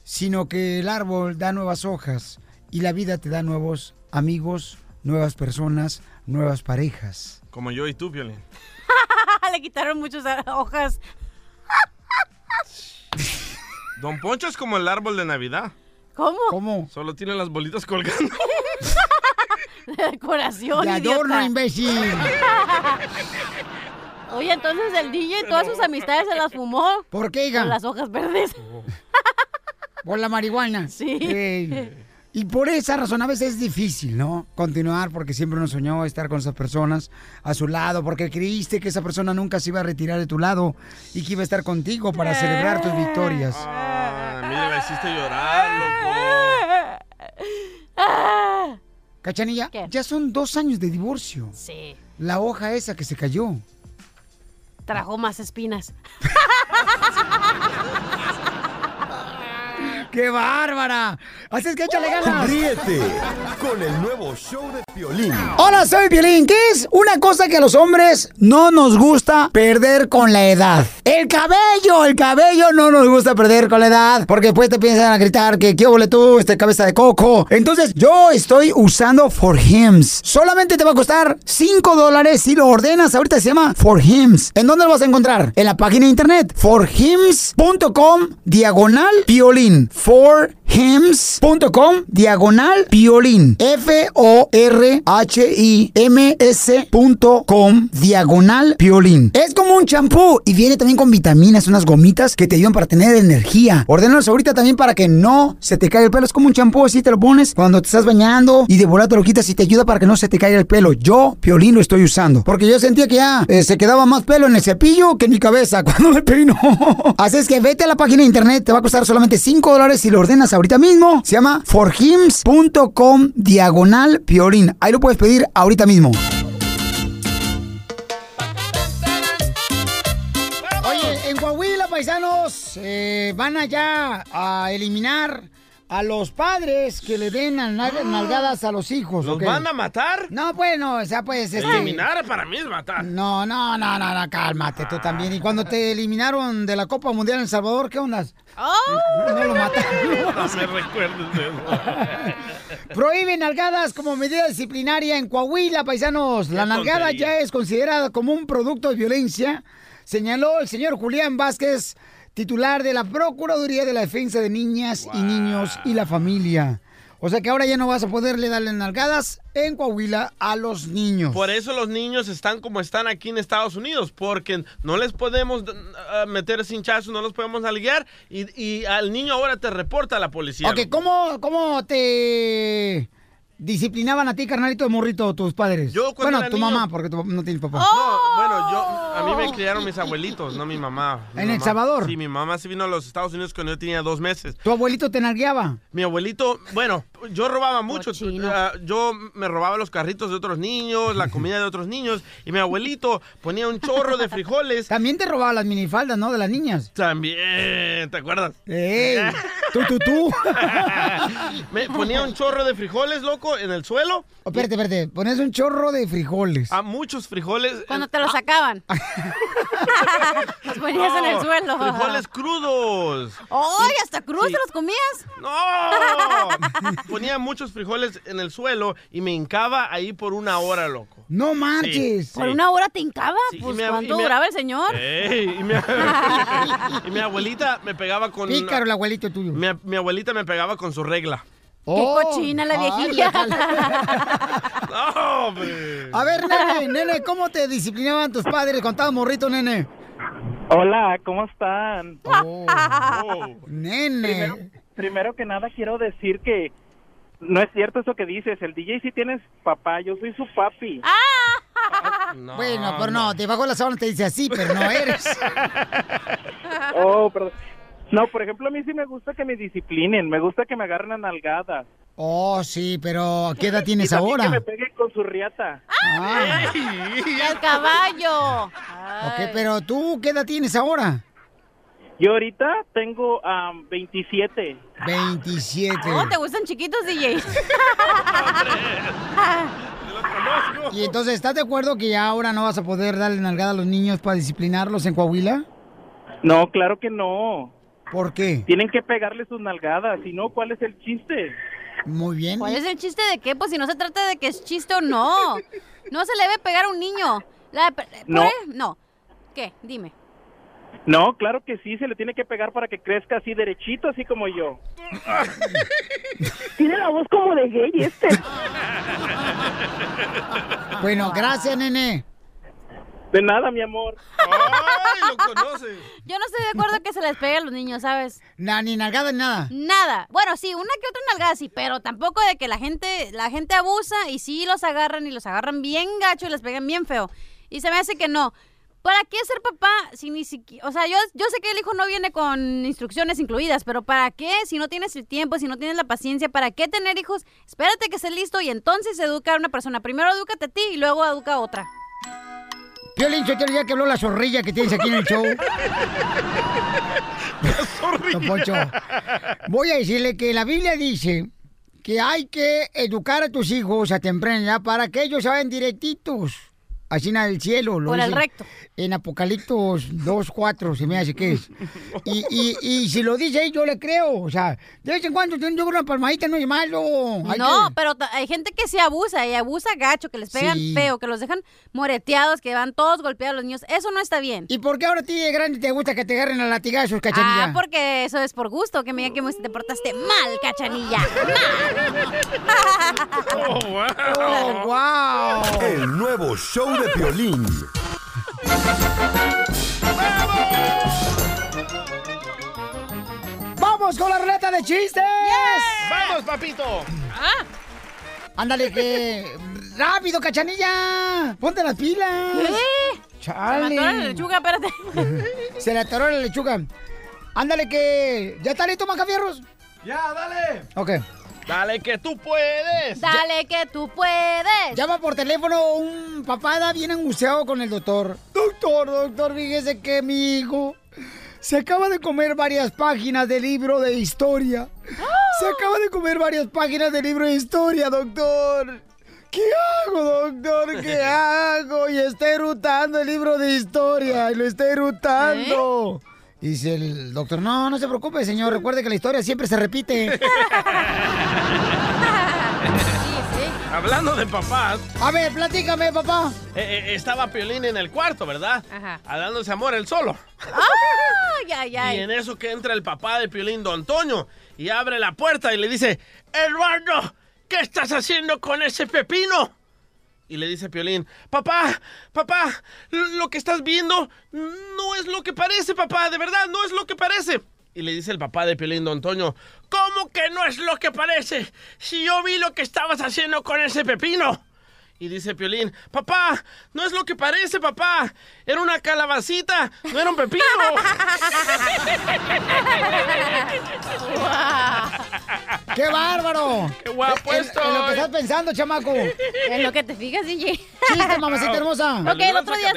S2: sino que el árbol da nuevas hojas y la vida te da nuevos amigos, nuevas personas, nuevas parejas.
S4: Como yo y tú, Violín.
S3: Le quitaron muchas hojas.
S4: Don Poncho es como el árbol de Navidad.
S3: ¿Cómo?
S2: ¿Cómo?
S4: Solo tiene las bolitas colgando.
S3: De decoración,
S2: De adorno,
S3: idiota.
S2: imbécil.
S3: Oye, entonces el DJ todas sus amistades se las fumó.
S2: ¿Por qué, hija?
S3: Con las hojas verdes.
S2: Por la marihuana.
S3: Sí.
S2: Eh, y por esa razón a veces es difícil, ¿no? Continuar porque siempre uno soñó estar con esas personas a su lado, porque creíste que esa persona nunca se iba a retirar de tu lado y que iba a estar contigo para celebrar tus victorias.
S4: Ah, mira, me hiciste llorar, loco.
S2: Cachanilla, ya son dos años de divorcio.
S3: Sí.
S2: La hoja esa que se cayó.
S3: Trajo más espinas.
S2: ¡Qué bárbara! Así es que échale ganas.
S5: Ríete con el nuevo show de Piolín.
S2: Hola, soy Piolín. ¿Qué es una cosa que a los hombres no nos gusta perder con la edad? El cabello, el cabello no nos gusta perder con la edad, porque después te piensan a gritar que qué ole tú, este cabeza de coco. Entonces, yo estoy usando For Hims. Solamente te va a costar 5 dólares si lo ordenas. Ahorita se llama For Hims. ¿En dónde lo vas a encontrar? En la página de internet forhims.com diagonal piolín. forhims.com diagonal piolín. F-O-R-H-I-M-S.com diagonal piolín. Es como un champú y viene también con vitaminas, unas gomitas que te ayudan para tener energía. Ordenalos ahorita también para que no se te caiga el pelo. Es como un champú, así te lo pones cuando te estás bañando y de volada te lo quitas y te ayuda para que no se te caiga el pelo. Yo, piolín, lo estoy usando. Porque yo sentía que ya eh, se quedaba más pelo en el cepillo que en mi cabeza cuando me peino. Así es que vete a la página de internet, te va a costar solamente 5 dólares si lo ordenas ahorita mismo. Se llama forhims.com diagonal piolín. Ahí lo puedes pedir ahorita mismo. Oye, en Coahuila, paisanos, eh, van allá a eliminar a los padres que le den a nal- nalgadas a los hijos.
S4: ¿Los
S2: ¿ok?
S4: van a matar?
S2: No, pues no, o sea, pues... este-
S4: Eliminar para mí es matar.
S2: No, no, no, no, no, cálmate tú también. Y cuando te eliminaron de la Copa Mundial en El Salvador, ¿qué onda? No lo mataron.
S4: No me recuerdes de eso.
S2: Prohíben nalgadas como medida disciplinaria en Coahuila, paisanos. La
S4: Qué
S2: nalgada
S4: tontería.
S2: ya es considerada como un producto de violencia, señaló el señor Julián Vázquez, titular de la Procuraduría de la Defensa de Niñas y Niños y la Familia. O sea que ahora ya no vas a poderle darle nalgadas en Coahuila a los niños.
S4: Por eso los niños están como están aquí en Estados Unidos, porque no les podemos eh, meter cinchazos, no los podemos nalguear y, y al niño ahora te reporta la policía.
S2: Ok, ¿cómo, ¿cómo te disciplinaban a ti, carnalito de morrito, tus padres?
S4: Yo
S2: bueno,
S4: cuando era
S2: tu
S4: niño-
S2: mamá, porque tu papá no tiene papá.
S3: ¡Oh!
S4: No, bueno, yo, a mí me criaron mis abuelitos, no mi mamá. Mi
S2: ¿En El
S4: mamá-
S2: Salvador?
S4: Sí, mi mamá sí vino a los Estados Unidos cuando yo tenía dos meses.
S2: ¿Tu abuelito te nalgueaba?
S4: Mi abuelito, bueno, yo robaba mucho. Ah, yo me robaba los carritos de otros niños, la comida de otros niños, y mi abuelito ponía un chorro de frijoles.
S2: También te robaba las minifaldas, ¿no? De las niñas.
S4: También, ¿te acuerdas?
S2: ¡Ey! ¡Tú, tú, tú!
S4: Me ponía un chorro de frijoles, loco, en el suelo.
S2: Oh, espérate, espérate. Pones un chorro de frijoles.
S3: Ah.
S4: A muchos frijoles.
S3: Cuando te los sacaban. los ponías en el
S4: No,
S3: suelo.
S4: Frijoles crudos.
S3: ¡Ay, hasta cruz te los comías!
S4: ¡No! Ponía muchos frijoles en el suelo y me hincaba ahí por una hora, loco.
S2: ¡No
S4: marches! Sí,
S3: ¿Por
S4: sí.
S3: una hora te hincaba?
S4: Sí, y
S3: pues,
S4: me-
S3: ¿cuánto
S4: y me- Eh.
S3: duraba el señor?
S4: Ey, y, mi, y mi abuelita me pegaba con.
S2: Pícaro el abuelito tuyo.
S4: Mi, mi abuelita me pegaba con su regla.
S2: Oh,
S3: cochina la
S2: ay,
S3: viejilla.
S4: ¡No, hombre!
S2: A ver, nene, nene, ¿cómo te disciplinaban tus padres cuando estabas morrito, nene?
S16: Hola, ¿cómo están?
S2: Nene.
S16: Oh. Primero, primero que nada quiero decir que no es cierto eso que dices. El DJ sí tienes papá, yo soy su papi.
S2: bueno, pero no, debajo de la sábana te dice así, pero no eres.
S16: Oh, perdón. No, por ejemplo, a mí sí me gusta que me disciplinen, me gusta que me agarren a nalgadas.
S2: Oh, sí, pero ¿qué edad tienes
S16: y también
S2: ahora?
S16: Que me peguen con su riata. Ah.
S3: ¡Al caballo!
S2: Ok, pero tú, ¿qué edad tienes ahora?
S16: Yo ahorita tengo ah, am, 27.
S2: 27.
S16: Ah,
S3: Oh, ¿te gustan chiquitos, DJ?
S2: Y entonces, ¿estás de acuerdo que ya ahora no vas a poder darle nalgada a los niños para disciplinarlos en Coahuila?
S16: No, claro que no.
S2: ¿Por qué?
S16: Tienen que pegarle sus nalgadas, si no, ¿cuál es el chiste?
S2: Muy bien.
S3: ¿Cuál es el chiste de qué? Pues si no se trata de que es chiste o no. No se le debe pegar a un niño. La- por-
S16: No.
S3: no. ¿Qué? Dime.
S16: No, claro que sí, se le tiene que pegar para que crezca así derechito, así como yo.
S6: Tiene la voz como de gay este.
S2: Bueno, gracias, nene.
S16: De nada, mi amor.
S3: Yo no estoy de acuerdo que se les pegue a los niños, ¿sabes?
S2: ni nalgada ni nada.
S3: Nada. Bueno, sí, una que otra nalgada sí, pero tampoco de que la gente, la gente abusa y sí los agarran y los agarran bien gacho y les pegan bien feo. Y se me hace que no. ¿Para qué ser papá si ni siquiera... O sea, yo, yo sé que el hijo no viene con instrucciones incluidas, pero ¿para qué? Si no tienes el tiempo, si no tienes la paciencia, ¿para qué tener hijos? Espérate que esté listo y entonces educa a una persona. Primero edúcate a ti y luego educa a otra.
S2: Yo le dije ya que habló la zorrilla que tienes aquí en el show. Don Poncho, voy a decirle que la Biblia dice que hay que educar a tus hijos a temprana edad para que ellos saben directitos. Así en el cielo. Lo
S3: Por el
S2: dice
S3: recto.
S2: En Apocalipsis 2.4, se me hace que es. Y, y- y si lo dice ahí, yo le creo. O sea, de vez en cuando yo creo una palmadita no es malo. Hay
S3: no,
S2: que-
S3: pero ta- hay gente que se abusa y abusa gacho, que les pegan
S2: Sí.
S3: feo, que los dejan moreteados, que van todos golpeados los niños. Eso no está bien.
S2: ¿Y por qué ahora a ti de grande te gusta que te agarren a latigazos, cachanilla?
S3: Ah, porque eso es por gusto, que me digan que me- te portaste mal, cachanilla.
S5: Oh, wow.
S2: Oh, wow.
S5: El nuevo show de violín.
S2: ¡Vamos con la ruleta de chistes!
S4: ¡Vamos, papito!
S2: Ah. Ándale, que. ¡Rápido, cachanilla! ¡Ponte las pilas!
S3: ¿Qué?
S2: ¡Chale!
S3: Se me atoró la lechuga, espérate.
S2: Se le atoró la lechuga. Ándale, que. ¿Ya está listo, Macafierros?
S4: ¡Ya, dale!
S2: Ok.
S4: ¡Dale que tú puedes!
S3: Dale que tú puedes.
S2: Llama por teléfono un papada bien angustiado con el doctor. Doctor, doctor, fíjese que mi hijo se acaba de comer varias páginas de libro de historia.
S3: ¡Ah!
S2: Se acaba de comer varias páginas de libro de historia, doctor. ¿Qué hago, doctor? ¿Qué hago? Y está erutando el libro de historia. Y lo está erutando.
S3: ¿Eh?
S2: Y dice el doctor, no, no se preocupe, señor. Recuerde que la historia siempre se repite.
S4: Hablando de papás,
S2: A ver, platícame, papá.
S4: eh, eh, estaba Piolín en el cuarto, ¿verdad?
S3: Ajá.
S4: Dándose amor él solo.
S3: Ay, ay,
S4: Y en
S3: ay.
S4: eso que entra el papá de Piolín, Don Antonio, y abre la puerta y le dice, Eduardo, ¿qué estás haciendo con ese pepino? Y le dice Piolín, papá, papá, lo que estás viendo no es lo que parece, papá, de verdad, no es lo que parece. Y le dice el papá de Piolín, Don Antonio, ¿cómo que no es lo que parece? Si yo vi lo que estabas haciendo con ese pepino. Y dice Piolín, papá, no es lo que parece, papá. Era una calabacita, no era un pepino.
S2: ¡Qué bárbaro!
S4: ¡Qué
S2: En-
S4: guapo
S2: en- En lo
S4: estoy!
S2: que estás pensando, chamaco.
S3: En lo que te fijas, DJ.
S2: Chiste, mamacita hermosa.
S3: Ok, el otro día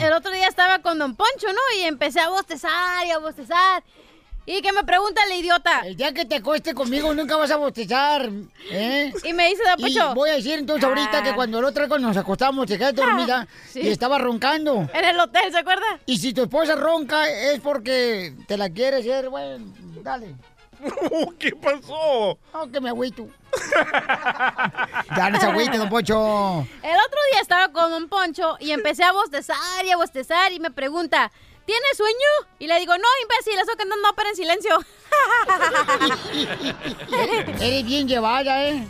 S3: El otro día estaba con Don Poncho, ¿no? Y empecé a bostezar y a bostezar. Y que me pregunta el idiota.
S2: El día que te acuestes conmigo nunca vas a bostezar, ¿eh?
S3: Y me dice Don
S2: Y
S3: Poncho.
S2: voy a decir entonces ahorita
S3: Ah.
S2: que cuando el otro día nos acostamos te quedas dormida
S3: sí.
S2: y estaba roncando.
S3: En el hotel, ¿se acuerda?
S2: Y si tu esposa ronca es porque te la quieres hacer, bueno, dale.
S4: ¿Qué pasó?
S2: No, Oh, que me agüito. ya no se agüite, don Pocho.
S3: El otro día estaba con Don Poncho y empecé a bostezar y a bostezar y me pregunta, ¿tienes sueño? Y le digo, no, imbécil, eso que no pero en silencio.
S2: Eres bien llevada, ¿eh?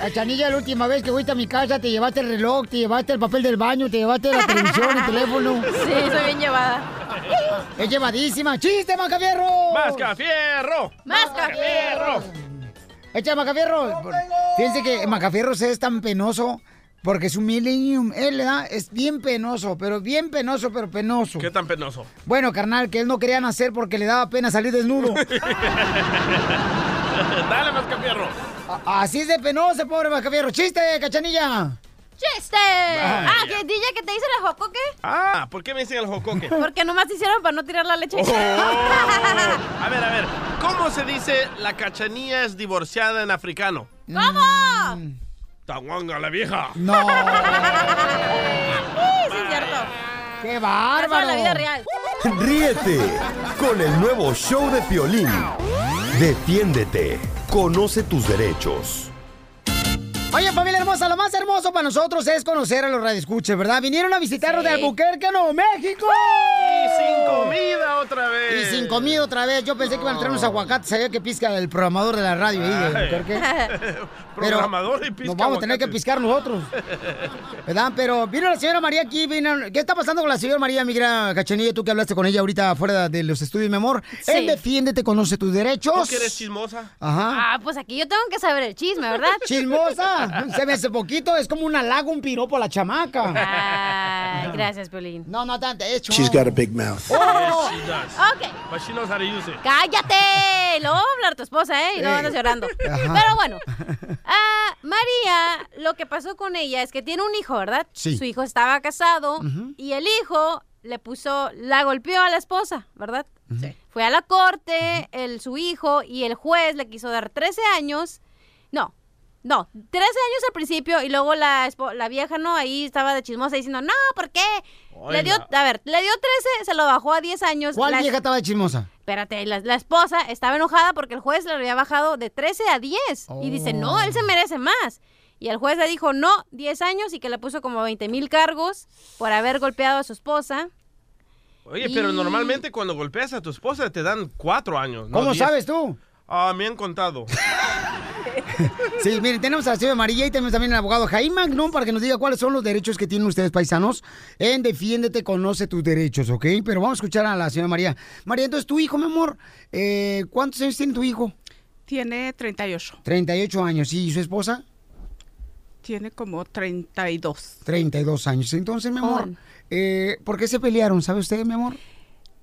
S2: Cachanilla, la última vez que fuiste a mi casa te llevaste el reloj, te llevaste el papel del baño, te llevaste la televisión, el teléfono.
S3: Sí, soy bien llevada.
S2: Es llevadísima. ¡Chiste, Macafierro!
S4: ¡Mascafierro!
S3: ¡Mascafierro!
S2: ¡Echa Macafierro! Fíjense que Macafierros es tan penoso porque su millennium, él, ¿verdad? Es bien penoso, pero bien penoso, pero penoso.
S4: ¿Qué tan penoso?
S2: Bueno, carnal, que él no quería nacer porque le daba pena salir desnudo.
S4: Dale, Mascafierro.
S2: A- Así es de penoso, pobre Macafierro. ¡Chiste, cachanilla!
S3: ¡Chiste!
S4: Vaya.
S3: Ah, que DJ que te hizo el jocoque.
S4: Ah, ¿por qué me dicen el jocoque?
S3: Porque nomás te hicieron para no tirar la leche.
S4: A ver, a ver. ¿Cómo se dice la cachanilla es divorciada en africano?
S3: ¿Cómo?
S4: Tawanga la vieja.
S2: No.
S3: Sí, sí, es cierto.
S2: ¡Qué
S3: Eso en la vida
S2: bárbaro!
S3: real.
S5: Ríete con el nuevo show de Piolín. Defiéndete. Conoce tus derechos.
S2: Oye, familia hermosa, lo más hermoso para nosotros es conocer a los radioescuches, ¿verdad? Vinieron a visitarnos de Albuquerque, Nuevo México. Y
S4: sin comida otra
S2: Y
S4: vez.
S2: sin comida otra vez. Yo pensé que iban a traer unos aguacates. Sabía que pizca el programador de la radio ahí de
S4: Ay.
S2: Albuquerque.
S4: Programador y
S2: Nos
S4: pizca
S2: vamos a tener que
S4: aguacate.
S2: piscar nosotros. ¿Verdad? Pero vino la señora María aquí. vino- ¿Qué está pasando con la señora María, mi gran cachanilla? Tú que hablaste con ella ahorita fuera de los estudios, mi amor.
S3: Sí.
S2: Él defiéndete, conoce tus derechos.
S4: ¿Tú que eres chismosa?
S2: Ajá.
S3: Ah, pues aquí yo tengo que saber el chisme, ¿verdad?
S2: Chismosa. Se me hace poquito. Es como un halago, un piropo a la
S3: Ah,
S2: chamaca.
S3: Ay, gracias, Piolín.
S2: No, no, tanto. Hecho.
S10: She's got a big mouth.
S3: Oh.
S4: Yes, she does.
S3: Ok.
S4: But she knows how to use it.
S3: ¡Cállate! Lo va a hablar tu esposa, ¿eh? Y no
S4: Ey.
S3: andas llorando.
S4: Ajá.
S3: Pero bueno. ah, María, lo que pasó con ella es que tiene un hijo, ¿verdad?
S2: Sí.
S3: Su hijo estaba casado
S2: Ujú.
S3: y el hijo le puso, la golpeó a la esposa, ¿verdad? Fue a la corte, el, su hijo y el juez le quiso dar 13 años. No, no, 13 años al principio y luego la, espo- la vieja, ¿no? Ahí estaba de chismosa diciendo, no, ¿por qué? le
S2: Ay,
S3: dio,
S2: la-
S3: a ver, le dio 13, se lo bajó a 10 años.
S2: ¿Cuál
S3: la-
S2: vieja estaba de chismosa?
S3: Espérate, la, la esposa estaba enojada porque el juez le había bajado de 13 a 10. Y dice, no, él
S2: Oh.
S3: se merece más. Y el juez le dijo, no, 10 años y que le puso como 20 mil cargos por haber golpeado a su esposa.
S4: Oye, pero
S3: Y-
S4: normalmente cuando golpeas a tu esposa te dan cuatro años. ¿no?
S2: ¿Cómo
S4: Diez.
S2: sabes tú?
S4: Ah, me han contado.
S2: Sí, miren, tenemos a la señora María y tenemos también al abogado Jaime Magnón para que nos diga cuáles son los derechos que tienen ustedes, paisanos, en Defiéndete, conoce tus derechos, ¿ok? Pero vamos a escuchar a la señora María. María, entonces tu hijo, mi amor, eh, ¿cuántos años tiene tu hijo?
S17: Tiene 38,
S2: 38 años. ¿Y su esposa?
S17: tiene como 32.
S2: 32 años. Entonces, mi amor, eh, ¿por qué se pelearon? ¿Sabe usted, mi amor?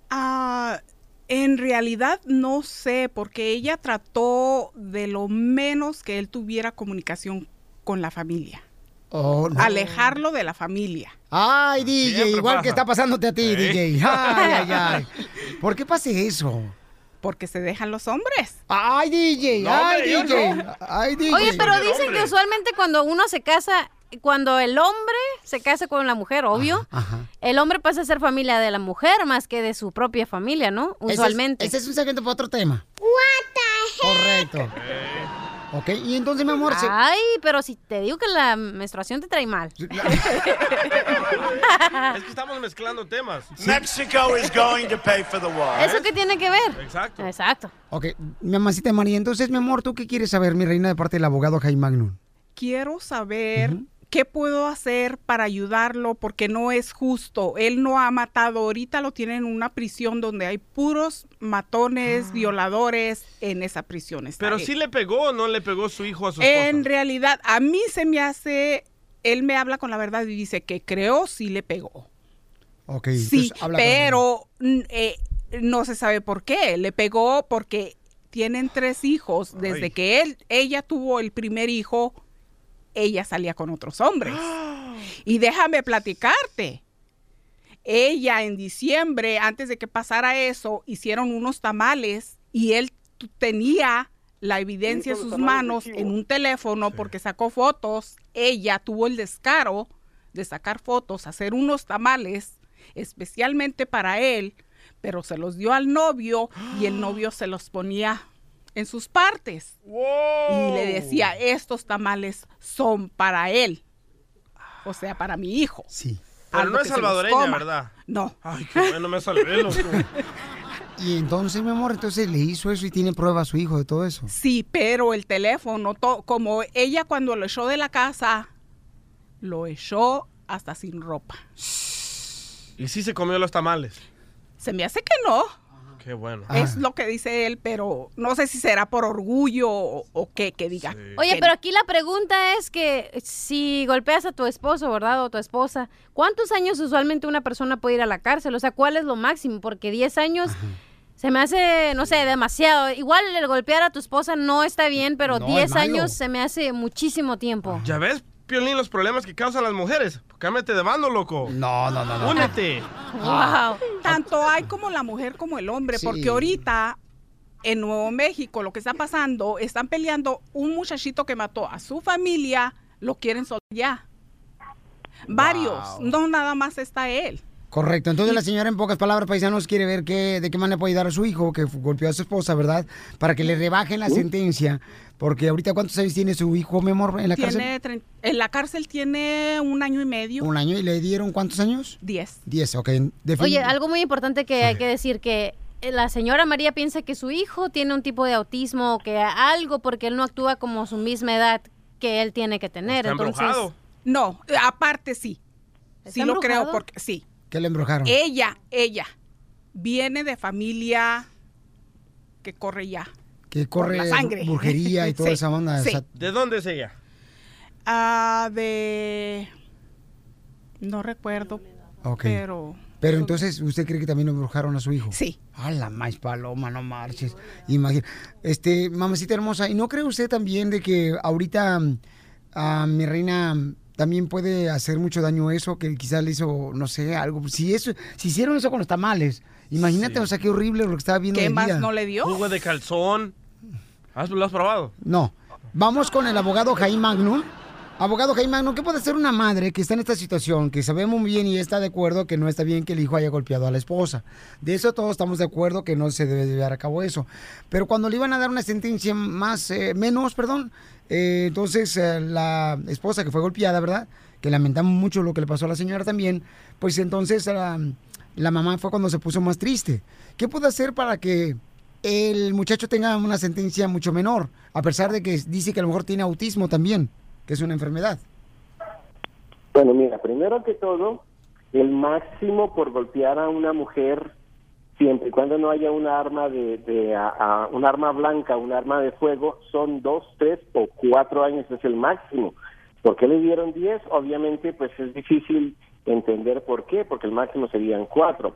S17: Ah, en realidad no sé, porque ella trató de lo menos que él tuviera comunicación con la familia.
S2: Oh, no.
S17: Alejarlo de la familia.
S2: Ay, DJ,
S17: Siempre
S2: igual
S17: pasa.
S2: que está pasándote a ti,
S17: ¿Eh?
S2: DJ. Ay, ay, ay. ¿Por qué pasa eso?
S17: Porque se dejan los hombres.
S2: Ay, DJ,
S17: No,
S2: ay,
S17: hombre, yo
S2: DJ.
S17: no.
S2: Ay, DJ.
S3: Oye, pero dicen que usualmente cuando uno se casa, cuando el hombre se casa con la mujer, obvio, el hombre pasa a ser familia de la mujer más que de su propia familia, ¿no?
S2: Ese es-
S3: Usualmente.
S2: Ese es, un segmento para otro tema. Correcto. Ok, y entonces, Oh, mi amor, se-
S3: Ay, pero si te digo que la menstruación te trae mal.
S4: Es que estamos mezclando temas.
S18: Mexico is going to pay for the war.
S3: ¿Eso qué tiene que ver?
S4: Exacto.
S3: Exacto.
S2: ok, mi mamacita María, entonces, mi amor, ¿tú qué quieres saber, mi reina, de parte del abogado Jaime Magnum?
S17: Quiero saber qué puedo hacer para ayudarlo porque no es justo. Él no ha matado. Ahorita lo tienen en una prisión donde hay puros matones, violadores. En esa prisión está.
S4: Ah. Pero
S17: él.
S4: sí le pegó o no le pegó su hijo a su esposa.
S17: En realidad, a mí se me hace, él me habla con la verdad y dice que creo sí le pegó.
S2: Ok,
S4: Pues,
S17: Sí,
S2: entonces, habla con
S17: pero mm, eh, no se sabe por qué. Le pegó porque tienen tres hijos. Desde
S2: Ay.
S17: que él, ella tuvo el primer hijo, ella salía con otros hombres.
S4: ¡Ah!
S17: Y déjame platicarte. Ella en diciembre, antes de que pasara eso, hicieron unos tamales y él t- tenía la evidencia en
S15: Hizo los
S17: sus
S15: tamales de
S17: manos
S15: chivo.
S17: en un teléfono porque sacó fotos. Ella tuvo el descaro de sacar fotos, hacer unos tamales especialmente para él, pero se los dio al novio y el novio se los ponía en sus partes. Y le decía, estos tamales son para él. O sea, para mi hijo.
S2: Sí.
S4: Pero no es salvadoreña, ¿verdad?
S17: No.
S4: Ay, qué bueno, me salvé, loco.
S2: Y entonces, mi amor, entonces le hizo eso y tiene prueba a su hijo de todo eso.
S17: Sí, pero el teléfono, to- como ella cuando lo echó de la casa, lo echó hasta sin ropa.
S4: Y sí se comió los tamales.
S17: Se me hace que no.
S4: Ah. Qué bueno.
S17: Es lo que dice él, pero no sé si será por orgullo o, o qué que diga.
S3: Oye,
S17: que
S3: pero
S17: no.
S3: aquí la pregunta es que si golpeas a tu esposo, ¿verdad? O tu esposa, ¿cuántos años usualmente una persona puede ir a la cárcel? O sea, ¿cuál es lo máximo? Porque 10 años se me hace, no sé, demasiado. Igual el golpear a tu esposa no está bien, pero
S4: No, es
S3: 10
S4: malo.
S3: años se me hace muchísimo tiempo.
S4: ¿Ya ves? Piolín, los problemas que causan las mujeres. Cámbiate de bando, loco.
S15: No, no, no.
S4: Únete.
S17: Wow. Tanto hay como la mujer como el hombre,
S4: Sí.
S17: porque ahorita en Nuevo México lo que está pasando, están peleando un muchachito que mató a su familia, lo quieren soltar ya. Varios, no nada más está él.
S2: Correcto, entonces la señora en pocas palabras, paisanos, quiere ver qué, de qué manera puede ayudar a su hijo que fu- golpeó a su esposa, ¿verdad? Para que le rebajen la sentencia, porque ahorita ¿cuántos años tiene su hijo, mi amor, en la cárcel?
S17: Tiene tren- en la cárcel tiene un año y medio.
S2: Un año y le dieron ¿cuántos años?
S17: Diez.
S2: Diez, ok. defin-
S3: Oye, algo muy importante que hay que decir que eh, la señora María piensa que su hijo tiene un tipo de autismo o que algo porque él no actúa como su misma edad que él tiene que tener. Entonces,
S17: No, eh, aparte sí. Sí lo creo
S3: embrujado?
S17: porque sí. Eh,
S2: ¿Qué le embrujaron?
S17: Ella, ella viene de familia que corre ya.
S2: que corre
S17: por la sangre.
S2: brujería y toda
S17: Sí,
S2: esa onda. o
S17: sí.
S2: sea,
S4: ¿De dónde es ella?
S17: Ah, de no recuerdo,
S2: ok. Pero,
S17: pero
S2: entonces, ¿usted cree que también lo embrujaron a su hijo?
S17: Sí.
S2: A la más paloma, no marches. Imagina. Este, mamacita hermosa, ¿y no cree usted también de que ahorita mm, a mi reina mm, también puede hacer mucho daño eso? Que quizás le hizo, no sé, algo. Si eso, si hicieron eso con los tamales, imagínate, o sea, qué horrible lo que estaba viendo. de vida.
S17: dio?
S4: Jugo de calzón. ¿Has- ¿Lo has probado?
S2: No. Vamos con el abogado Jaime Magnum. Abogado Jaime Magnum, ¿qué puede hacer una madre que está en esta situación, que sabemos muy bien y está de acuerdo que no está bien que el hijo haya golpeado a la esposa? De eso todos estamos de acuerdo que no se debe llevar a cabo eso. Pero cuando le iban a dar una sentencia más, eh, menos, perdón, eh, entonces eh, la esposa que fue golpeada, ¿verdad? Que lamentamos mucho lo que le pasó a la señora también, pues entonces la, la mamá fue cuando se puso más triste. ¿Qué puede hacer para que el muchacho tenga una sentencia mucho menor, a pesar de que dice que a lo mejor tiene autismo también, que es una enfermedad.
S19: Bueno, mira, primero que todo, el máximo por golpear a una mujer, siempre y cuando no haya un arma de, de a- a- un arma blanca, un arma de fuego, son dos, tres o cuatro años es el máximo. ¿Por qué le dieron diez? Obviamente, pues es difícil entender por qué, porque el máximo serían cuatro.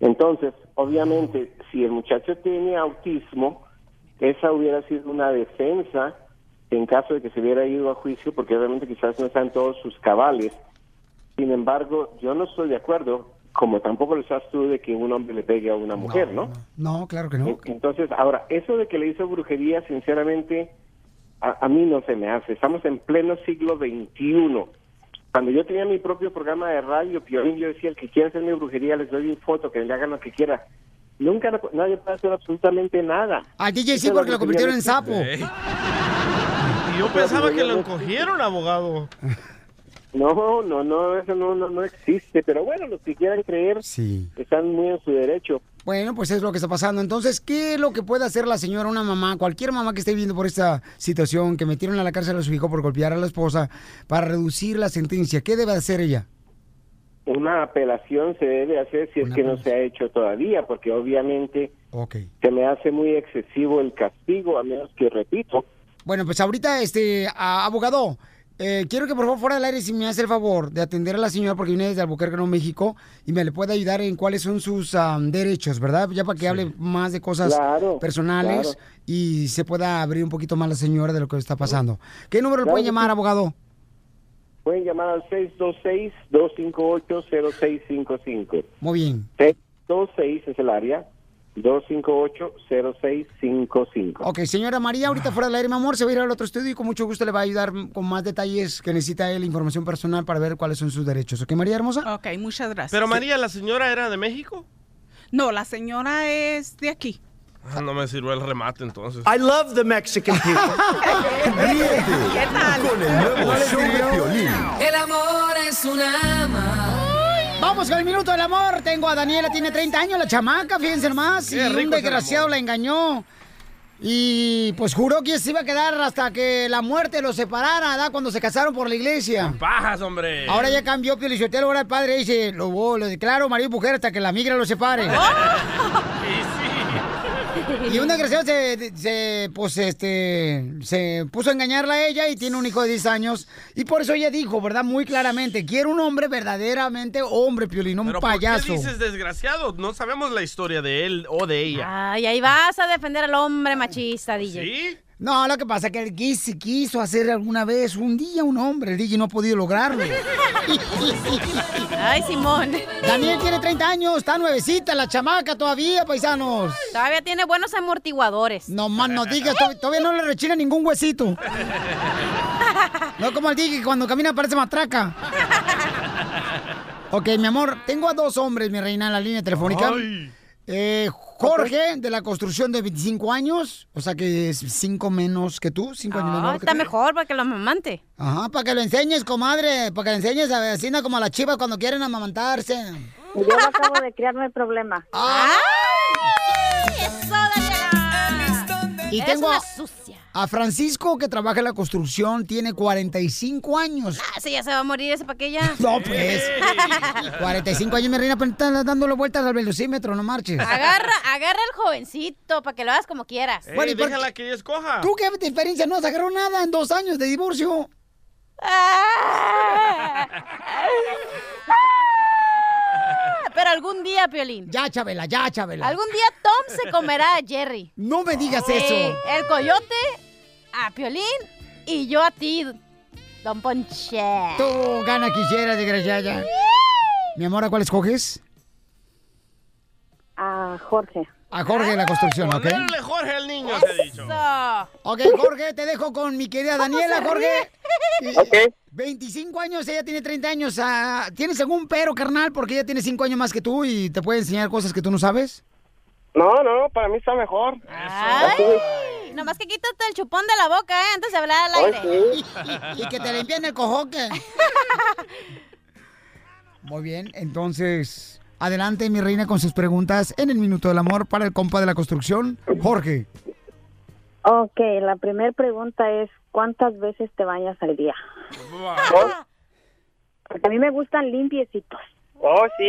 S19: Entonces, obviamente, si el muchacho tiene autismo, esa hubiera sido una defensa en caso de que se hubiera ido a juicio, porque obviamente quizás no están todos sus cabales. Sin embargo, yo no estoy de acuerdo, como tampoco lo estás tú, de que un hombre le pegue a una mujer, ¿no?
S2: No, claro que no.
S19: Entonces, ahora, eso de que le hizo brujería, sinceramente, a, a mí no se me hace. Estamos en pleno siglo XXI. Cuando yo tenía mi propio programa de radio, Piolín, yo decía, el que quiera hacerme brujería, les doy mi foto, que le hagan lo que quiera. Nunca, lo- nadie puede hacer absolutamente nada.
S2: A DJ sí
S19: Eso
S2: porque lo
S19: brujería
S2: convirtieron
S19: no
S2: en
S19: existe.
S2: sapo.
S4: Y yo pensaba que lo encogieron, abogado.
S19: No, no, no, eso no, no, no existe. Pero bueno, los que quieran creer
S2: Sí.
S19: están muy en su derecho.
S2: Bueno, pues es lo que está pasando. Entonces, ¿qué es lo que puede hacer la señora, una mamá, cualquier mamá que esté viviendo por esta situación, que metieron a la cárcel a su hijo por golpear a la esposa, para reducir la sentencia? ¿Qué debe hacer ella?
S19: Una apelación se debe hacer si es que no se ha hecho todavía, porque obviamente
S2: Ok.
S19: se me hace muy excesivo el castigo, a menos que, repito,
S2: Bueno, pues ahorita, este, a- abogado, eh, quiero que por favor fuera del aire si me hace el favor de atender a la señora porque viene desde Albuquerque, Nuevo México, y me le puede ayudar en cuáles son sus ah, derechos, ¿verdad? Ya para que hable más de cosas
S19: Claro,
S2: personales
S19: claro.
S2: y se pueda abrir un poquito más la señora de lo que está pasando. ¿Qué número le
S19: Claro
S2: pueden
S19: que
S2: llamar,
S19: sí.
S2: abogado?
S19: pueden llamar al 626-258-0655.
S2: Muy bien.
S19: 626 es el área, 258-0655.
S2: Ok, señora María,
S19: Ah.
S2: ahorita fuera del aire, mi amor, se va a ir al otro estudio y con mucho gusto le va a ayudar con más detalles que necesita él, información personal para ver cuáles son sus derechos. ¿Ok, María hermosa?
S17: Ok, muchas gracias.
S4: Pero María, ¿la señora era de México?
S17: No, la señora es de aquí.
S4: Ah, no me sirvió el remate entonces.
S18: I love the Mexican people.
S5: Ríete con el nuevo show de Piolín.
S7: El amor es una
S2: Vamos con el minuto del amor. Tengo a Daniela, tiene 30 años, la chamaca, fíjense más.
S7: Qué
S2: y
S7: rico es
S2: un
S7: el
S2: desgraciado la engañó. Y pues juró que se iba a quedar hasta que la muerte los separara, ¿verdad? Cuando se casaron por la iglesia.
S4: Pajas, hombre.
S2: Ahora ya cambió Piolichotelo, ahora el padre dice, lo, voy- lo declaro marido y mujer hasta que la migra los separe.
S7: Ah.
S2: Y un desgraciado se, se, pues, este, se puso a engañarla a ella y tiene un hijo de 10 años. Y por eso ella dijo, ¿verdad? Muy claramente, quiero un hombre verdaderamente hombre, Piolín, no un
S4: Pero ¿por
S2: payaso.
S4: qué dices desgraciado? No sabemos la historia de él o de ella.
S3: Ay, ahí vas a defender al hombre machista, DJ.
S4: ¿Sí?
S2: No, lo que pasa es que el Giz quiso hacer alguna vez un día un hombre. El DJ no ha podido lograrlo.
S3: Ay, Simón.
S2: Daniel tiene 30 años, está nuevecita, la chamaca todavía, paisanos.
S3: Todavía tiene buenos amortiguadores.
S2: No más no digas, to- todavía no le rechina ningún huesito. No como el DJ que cuando camina parece matraca. Ok, mi amor, tengo a dos hombres, mi reina, en la línea telefónica.
S6: Ay.
S2: Eh, Jorge, de la construcción de 25 años, o sea que es 5 menos que tú, 5 años
S3: Ah,
S2: menor que
S3: está
S2: tú.
S3: mejor para que lo mamante.
S2: Ajá, para que lo enseñes, comadre, para que lo enseñes a vecina como a las chivas cuando quieren amamantarse. Ah,
S15: Yo acabo de crear, no hay problema.
S2: Y
S3: Eres
S2: tengo
S3: una
S2: a, a Francisco que trabaja en la construcción, tiene 45 años.
S3: Ah, sí, ya se va a morir ese paquilla.
S2: No, pues. 45 años, mi reina, pero estás dándole vueltas al velocímetro, no marches.
S3: Agarra, agarra al jovencito para que lo hagas como quieras.
S2: Ey, Bueno, ¿y por déjala
S4: que yo escoja.
S2: ¿Tú qué diferencia? No sacaron nada en dos años de divorcio.
S3: Pero algún día, Piolín.
S2: Ya, Chabela, ya, Chabela.
S3: Algún día Tom se comerá a Jerry.
S2: No me digas eso.
S3: El coyote a Piolín y yo a ti, Don Ponche.
S2: Tú gana quisiera, desgraciada. Mi amor, ¿a cuál escoges?
S15: A Jorge.
S2: A Jorge de la construcción, ¿ok?
S4: Ponerle Jorge al niño, se ha dicho.
S2: Ok, Jorge, te dejo con mi querida Daniela,
S6: ¿Cómo se
S2: Jorge.
S6: ríe?
S2: Y- 25 años, ella tiene 30 años. ah, ¿Tienes algún pero, carnal? Porque ella tiene 5 años más que tú y te puede enseñar cosas que tú no sabes.
S16: No, no, no, para mí está mejor.
S3: Ay, nomás que quítate el chupón de la boca, ¿eh? Antes de hablar al aire.
S2: Y que te limpien el cojoque. Muy bien, entonces, adelante mi reina con sus preguntas en el Minuto del Amor para el compa de la construcción, Jorge.
S15: Ok, la primera pregunta es, ¿cuántas veces te bañas al día? Porque a mí me gustan limpiecitos.
S20: Oh, sí,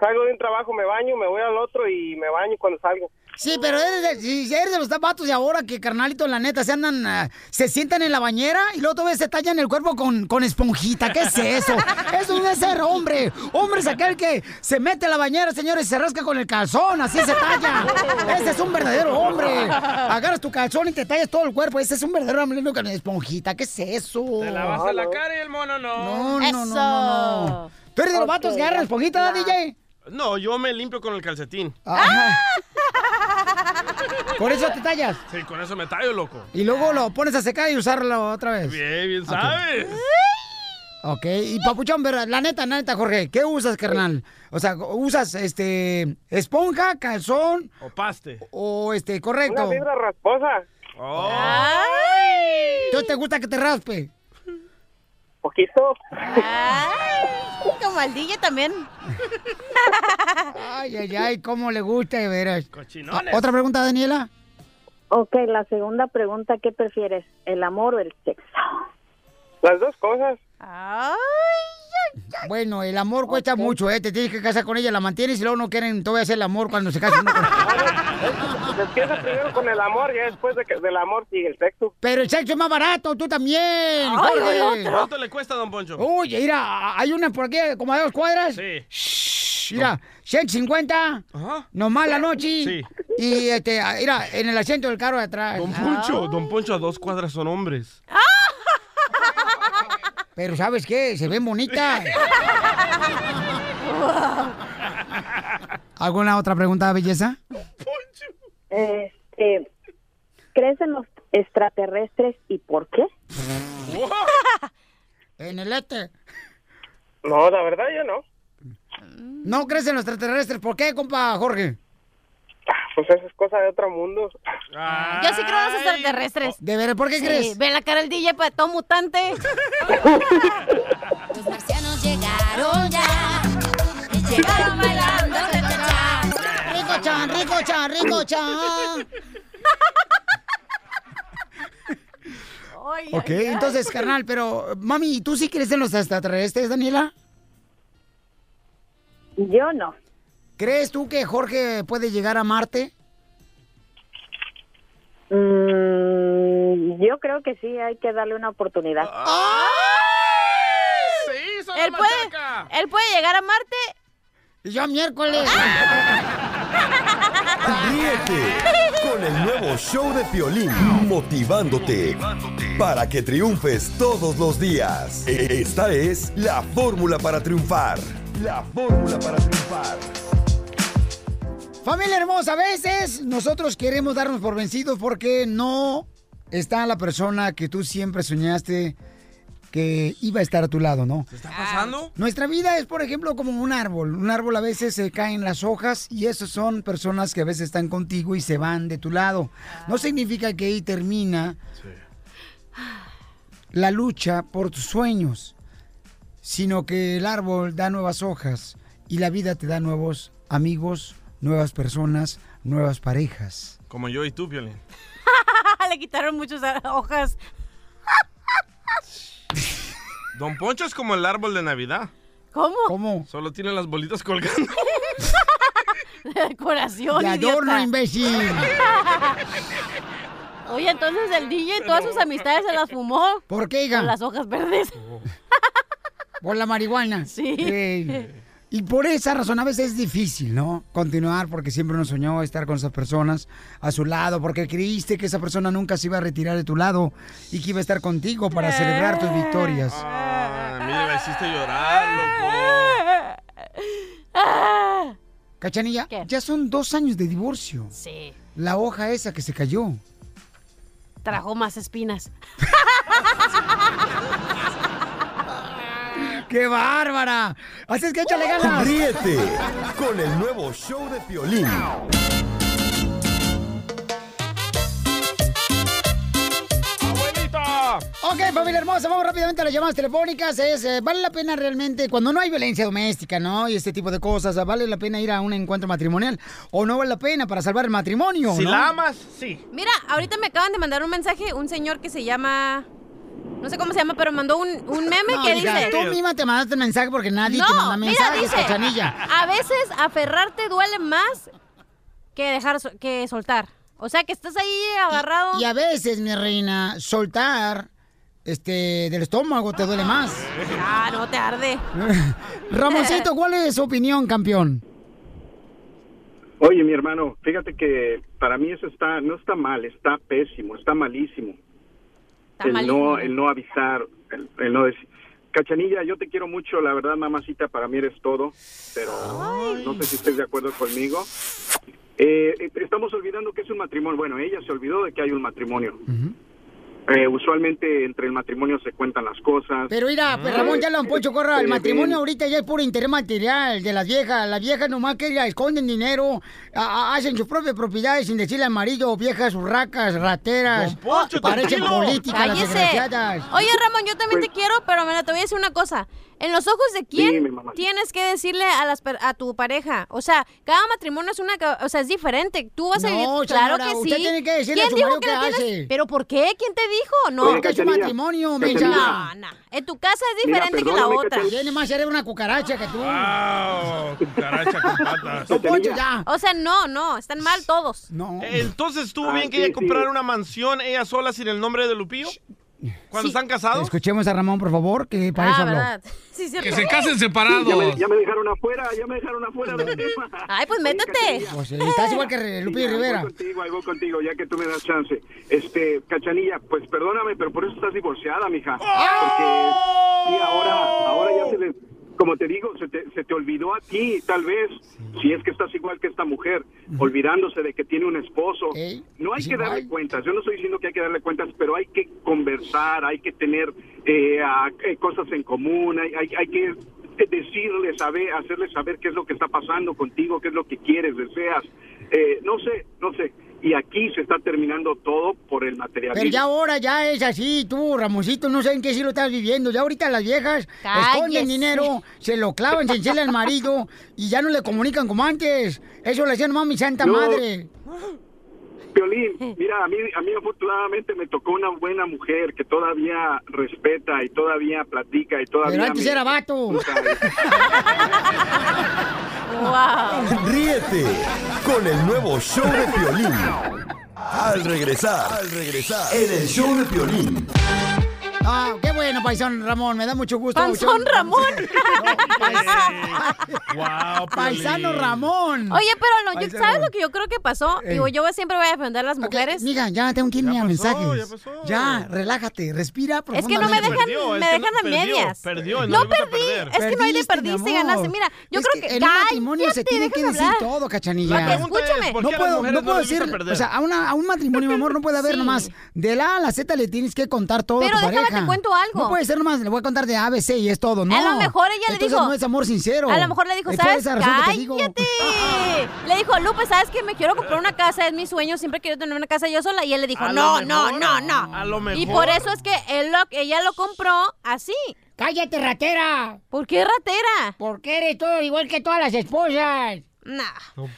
S20: salgo de un trabajo, me baño, me voy al otro y me baño cuando salgo.
S2: Sí, pero eres de, si eres de los zapatos de ahora que, carnalito, la neta, se andan, ah, se sientan en la bañera y luego todavía se tallan el cuerpo con, con esponjita. ¿Qué es eso? Eso no es ser hombre. Hombre es aquel que se mete a la bañera, señores, y se rasca con el calzón, así se talla. Ese es un verdadero hombre. Agarras tu calzón y te tallas todo el cuerpo. Ese es un verdadero hombre lindo con esponjita. ¿Qué es eso?
S4: Te lavas a la cara y el mono no.
S2: No, no, no, no, no, no. ¿Tú eres de los vatos que agarran esponjita, DJ?
S4: No, yo me limpio con el calcetín.
S2: Ajá. Ah, ¿Por eso te tallas?
S4: Sí, con eso me tallo, loco.
S2: Y luego lo pones a secar y usarlo otra vez.
S4: Bien, bien
S2: Pues, Ok.
S4: sabes.
S2: Ok, y papuchón, pero la neta, la neta, Jorge, ¿qué usas, carnal? O sea, ¿usas este esponja, calzón
S4: O paste.
S2: o este, correcto?
S20: Una fibra rasposa.
S4: Oh.
S2: Entonces te gusta que te raspe.
S20: Poquito.
S3: Ay, como al DJ también.
S2: Ay, ay, ay, cómo le gusta, de veras.
S15: Cochinones.
S2: ¿Otra pregunta, Daniela?
S15: Ok, la segunda pregunta, ¿qué prefieres, el amor o el sexo?
S20: Las dos cosas.
S2: Bueno, el amor cuesta mucho, ¿eh? Te tienes que casar con ella, la mantienes y luego no quieren todavía hacer el amor cuando se casan.
S20: Empieza primero con el amor y después de que- del amor sigue el sexo.
S2: Pero el sexo es más barato, tú también. Jorge.
S4: ¿Cuánto le cuesta, don Poncho?
S2: Oye, mira, hay una por aquí, como a dos cuadras.
S4: Sí.
S2: Shh, mira, 150. Nomás la noche.
S4: Sí.
S2: Y este, ah, mira, en el asiento del carro de atrás.
S4: Don Poncho, don Poncho, a dos cuadras son hombres.
S2: Ah. Pero ¿sabes qué? Se ven bonitas. ¿Alguna otra pregunta, belleza?
S15: Este, ¿Crees en los extraterrestres y por qué?
S2: En el este.
S20: No, la verdad yo no.
S2: ¿No crees en los extraterrestres? ¿Por qué, compa Jorge?
S20: Pues eso es cosa de otro mundo.
S3: Yo sí creo en los extraterrestres.
S2: ¿De veras? ¿Por qué
S3: Sí,
S2: crees?
S3: Ve la cara del DJ para todo mutante. los marcianos llegaron ya. Llegaron bailando.
S2: Rico chan, rico chan, rico chan. Ok, entonces, carnal, pero, mami, ¿tú sí crees en los extraterrestres, Daniela?
S15: Yo no.
S2: ¿Crees tú que Jorge puede llegar a Marte?
S15: Mm, yo creo que sí, hay que darle una oportunidad.
S2: Ah.
S3: él, puede, él puede llegar a Marte. Ah,
S2: Yo miércoles.
S5: Ríete con el nuevo show de Piolín, motivándote para que triunfes todos los días. E- Esta es la fórmula para triunfar. La fórmula para triunfar.
S2: Familia hermosa, a veces nosotros queremos darnos por vencidos porque no está la persona que tú siempre soñaste que iba a estar a tu lado, ¿no? Ah.
S4: ¿Está pasando?
S2: Nuestra vida es, por ejemplo, como un árbol. Un árbol a veces se caen las hojas y esas son personas que a veces están contigo y se van de tu lado.
S4: Ah.
S2: No significa que ahí termina la lucha por tus sueños, sino que el árbol da nuevas hojas y la vida te da nuevos amigos, nuevas personas, nuevas parejas.
S4: Como yo y tú, Violín.
S3: Le quitaron muchas hojas.
S4: Don Poncho es como el árbol de Navidad.
S3: ¿Cómo?
S2: ¿Cómo?
S4: Solo tiene las bolitas colgando.
S3: De decoración.
S4: De adorno,
S3: idiota.
S2: imbécil.
S3: Oye, entonces el DJ todas sus amistades se las fumó.
S2: ¿Por qué, hija?
S3: Con las hojas verdes.
S2: Por la marihuana.
S3: Sí.
S2: Eh, y por esa razón a veces es difícil, ¿no? Continuar porque siempre uno soñó estar con esas personas a su lado, porque creíste que esa persona nunca se iba a retirar de tu lado y que iba a estar contigo para celebrar tus victorias.
S4: Ah, mira, me hiciste llorar,
S2: Cachanilla, ya son dos años de divorcio.
S3: Sí.
S2: La hoja esa que se cayó.
S3: Trajo más espinas.
S2: ¡Qué bárbara! Así es que échale ganas.
S5: Ríete con el nuevo show de Piolín.
S2: Ok, familia hermosa, vamos rápidamente a las llamadas telefónicas. Es, eh, vale la pena realmente, cuando no hay violencia doméstica, ¿no? Y este tipo de cosas, ¿vale la pena ir a un encuentro matrimonial? ¿O no vale la pena para salvar el matrimonio?
S4: loco. Si
S2: ¿no?
S4: la amas, sí.
S3: Mira, ahorita me acaban de mandar un mensaje un señor que se llama. No sé cómo se llama, pero mandó un, un meme
S2: No,
S3: que
S2: hija,
S3: dice.
S2: Tú misma te mandaste mensaje porque nadie te manda mensajes, cachanilla.
S3: A veces aferrarte duele más que dejar so- que soltar. O sea, que estás ahí agarrado.
S2: Y a veces, mi reina, soltar este del estómago te duele más.
S3: Ah, no te arde.
S2: Ramoncito, ¿cuál es su opinión, campeón?
S20: Oye, mi hermano, fíjate que para mí eso está, no está mal, está pésimo, está malísimo.
S21: Está
S20: el
S21: malísimo.
S20: no, el no avisar, el, el no decir. Cachanilla, yo te quiero mucho, la verdad, mamacita, para mí eres todo, pero no sé si estés de acuerdo conmigo. Eh, eh, estamos olvidando que es un matrimonio. Bueno, ella se olvidó de que hay un matrimonio. Eh, usualmente entre el matrimonio se cuentan las cosas.
S2: Pero mira,
S3: Ah.
S2: pues, Ramón, ya lo han pocho corra. El
S20: Eh,
S2: matrimonio ahorita ya es puro interés material de las viejas. Las viejas nomás que ya esconden dinero, a- a- hacen sus propias propiedades sin decirle amarillo, viejas urracas, rateras.
S3: Don Poncho,
S2: parecen
S3: tranquilo.
S2: políticas las
S3: Cállese.
S2: desgraciadas.
S3: Oye, Ramón, yo también te quiero, pero mira, te voy a decir una cosa. En los ojos de quién
S21: Dime, mamá.
S3: tienes que decirle a las per- a tu pareja. O sea, cada matrimonio es una, ca- o sea, es diferente. Tú vas a
S2: No,
S3: vivir,
S2: señora,
S3: claro que sí.
S2: usted tiene que decirle a su marido qué
S3: lo
S2: hace.
S3: Pero ¿por qué? ¿Quién te dijo? No,
S2: Porque es un matrimonio, mensa.
S3: No, no. En tu casa es diferente que la otra.
S2: Tiene más eres una cucaracha que tú.
S4: ¡Wow! Cucaracha con patas.
S3: O sea, no, no, están mal todos.
S2: No.
S4: Entonces estuvo
S3: Ah,
S4: bien que
S3: sí,
S4: ella
S3: sí.
S4: comprara una mansión ella sola sin el nombre de Lupillo. Cuando están
S3: Ah.
S4: casados.
S2: Escuchemos a Ramón, por favor, que para eso habló.
S4: Que se casen
S20: Ya me, ya me dejaron afuera, ya me dejaron afuera del tema.
S3: Ay, pues métete.
S2: Pues estás igual que Lupi
S20: Sí,
S2: Rivera.
S20: Algo contigo, algo contigo, ya que tú me das chance. Este, Cachanilla, pues perdóname, pero por eso estás divorciada, mija. Porque sí, ahora, ahora ya se le, como te digo, se te, se te olvidó a ti, tal vez, si es que estás igual que esta mujer, olvidándose de que tiene un esposo.
S2: Eh,
S20: No hay que darle cuentas, yo no estoy diciendo que hay que darle cuentas, pero hay que conversar, hay que tener eh, a- eh, cosas en común, hay, hay, hay que decirle, saber, hacerle saber qué es lo que está pasando contigo, qué es lo que quieres, deseas. Eh, no sé, no sé. Y aquí se está terminando todo por el materialismo.
S2: Pero ya ahora ya es así, tú, Ramoncito, no sé en qué sí lo estás viviendo. Ya ahorita las viejas esconden
S3: Cállese.
S2: dinero, se lo clavan, se enchila al marido y ya no le comunican como antes. Eso le hacían más mi santa
S20: No.
S2: madre.
S20: Piolín, mira, a mí, a mí afortunadamente me tocó una buena mujer que todavía respeta y todavía platica y todavía...
S2: Pero antes
S20: me-
S2: era vato.
S5: Ríete con el nuevo show de Piolín. Al regresar, al regresar, en el show de Piolín.
S2: Ah, qué bueno, Paisón Ramón. Me da mucho gusto.
S3: Panzón
S2: mucho-
S3: Ramón.
S4: Wow,
S2: Paisano Ramón.
S3: Oye, pero no, yo-
S2: Paisano
S3: ¿sabes
S2: Ramón.
S3: lo que yo creo que pasó?
S2: Ey.
S3: Digo, yo siempre voy a defender a las mujeres.
S2: Mira, ya tengo que irme a mensajes. Ya, relájate, respira
S3: Es que no me
S2: profundamente.
S3: dejan, me dejan a medias. este no, perdí. Es que no hay de perdiste, ganaste. Mira, yo
S2: Es
S3: creo que,
S2: en un matrimonio se tiene que decir todo, cachanilla.
S3: La pregunta es, Escúchame. ¿por
S2: no
S3: qué a las
S2: puedo,
S3: mujeres
S2: no
S3: no
S2: puedo
S3: les gusta
S2: decir,
S3: perder?
S2: o sea, a, una- a un matrimonio, mi amor, no puede haber
S3: Sí.
S2: nomás de la A la Z le tienes que contar todo
S3: Pero
S2: a tu
S3: déjame
S2: pareja.
S3: te cuento algo.
S2: No puede ser nomás, le voy a contar de A, B, C y es todo, no.
S3: A lo mejor ella le
S2: Entonces
S3: dijo-
S2: no es amor sincero. Eh,
S3: A lo mejor le dijo,
S2: Es por
S3: ¿sabes?
S2: esa razón que te
S3: Cállate.
S2: digo.
S3: Le dijo, Lupe, ¿sabes que Me quiero comprar una casa, es mi sueño, siempre quiero tener una casa yo sola. Y él le dijo,
S4: A
S3: no,
S4: lo
S3: no,
S4: mejor,
S3: no, no.
S4: A lo mejor.
S3: Y por eso es que él lo- ella lo compró así.
S2: ¡Cállate, ratera!
S3: ¿Por qué ratera?
S2: Porque eres todo igual que todas las esposas.
S3: Nah.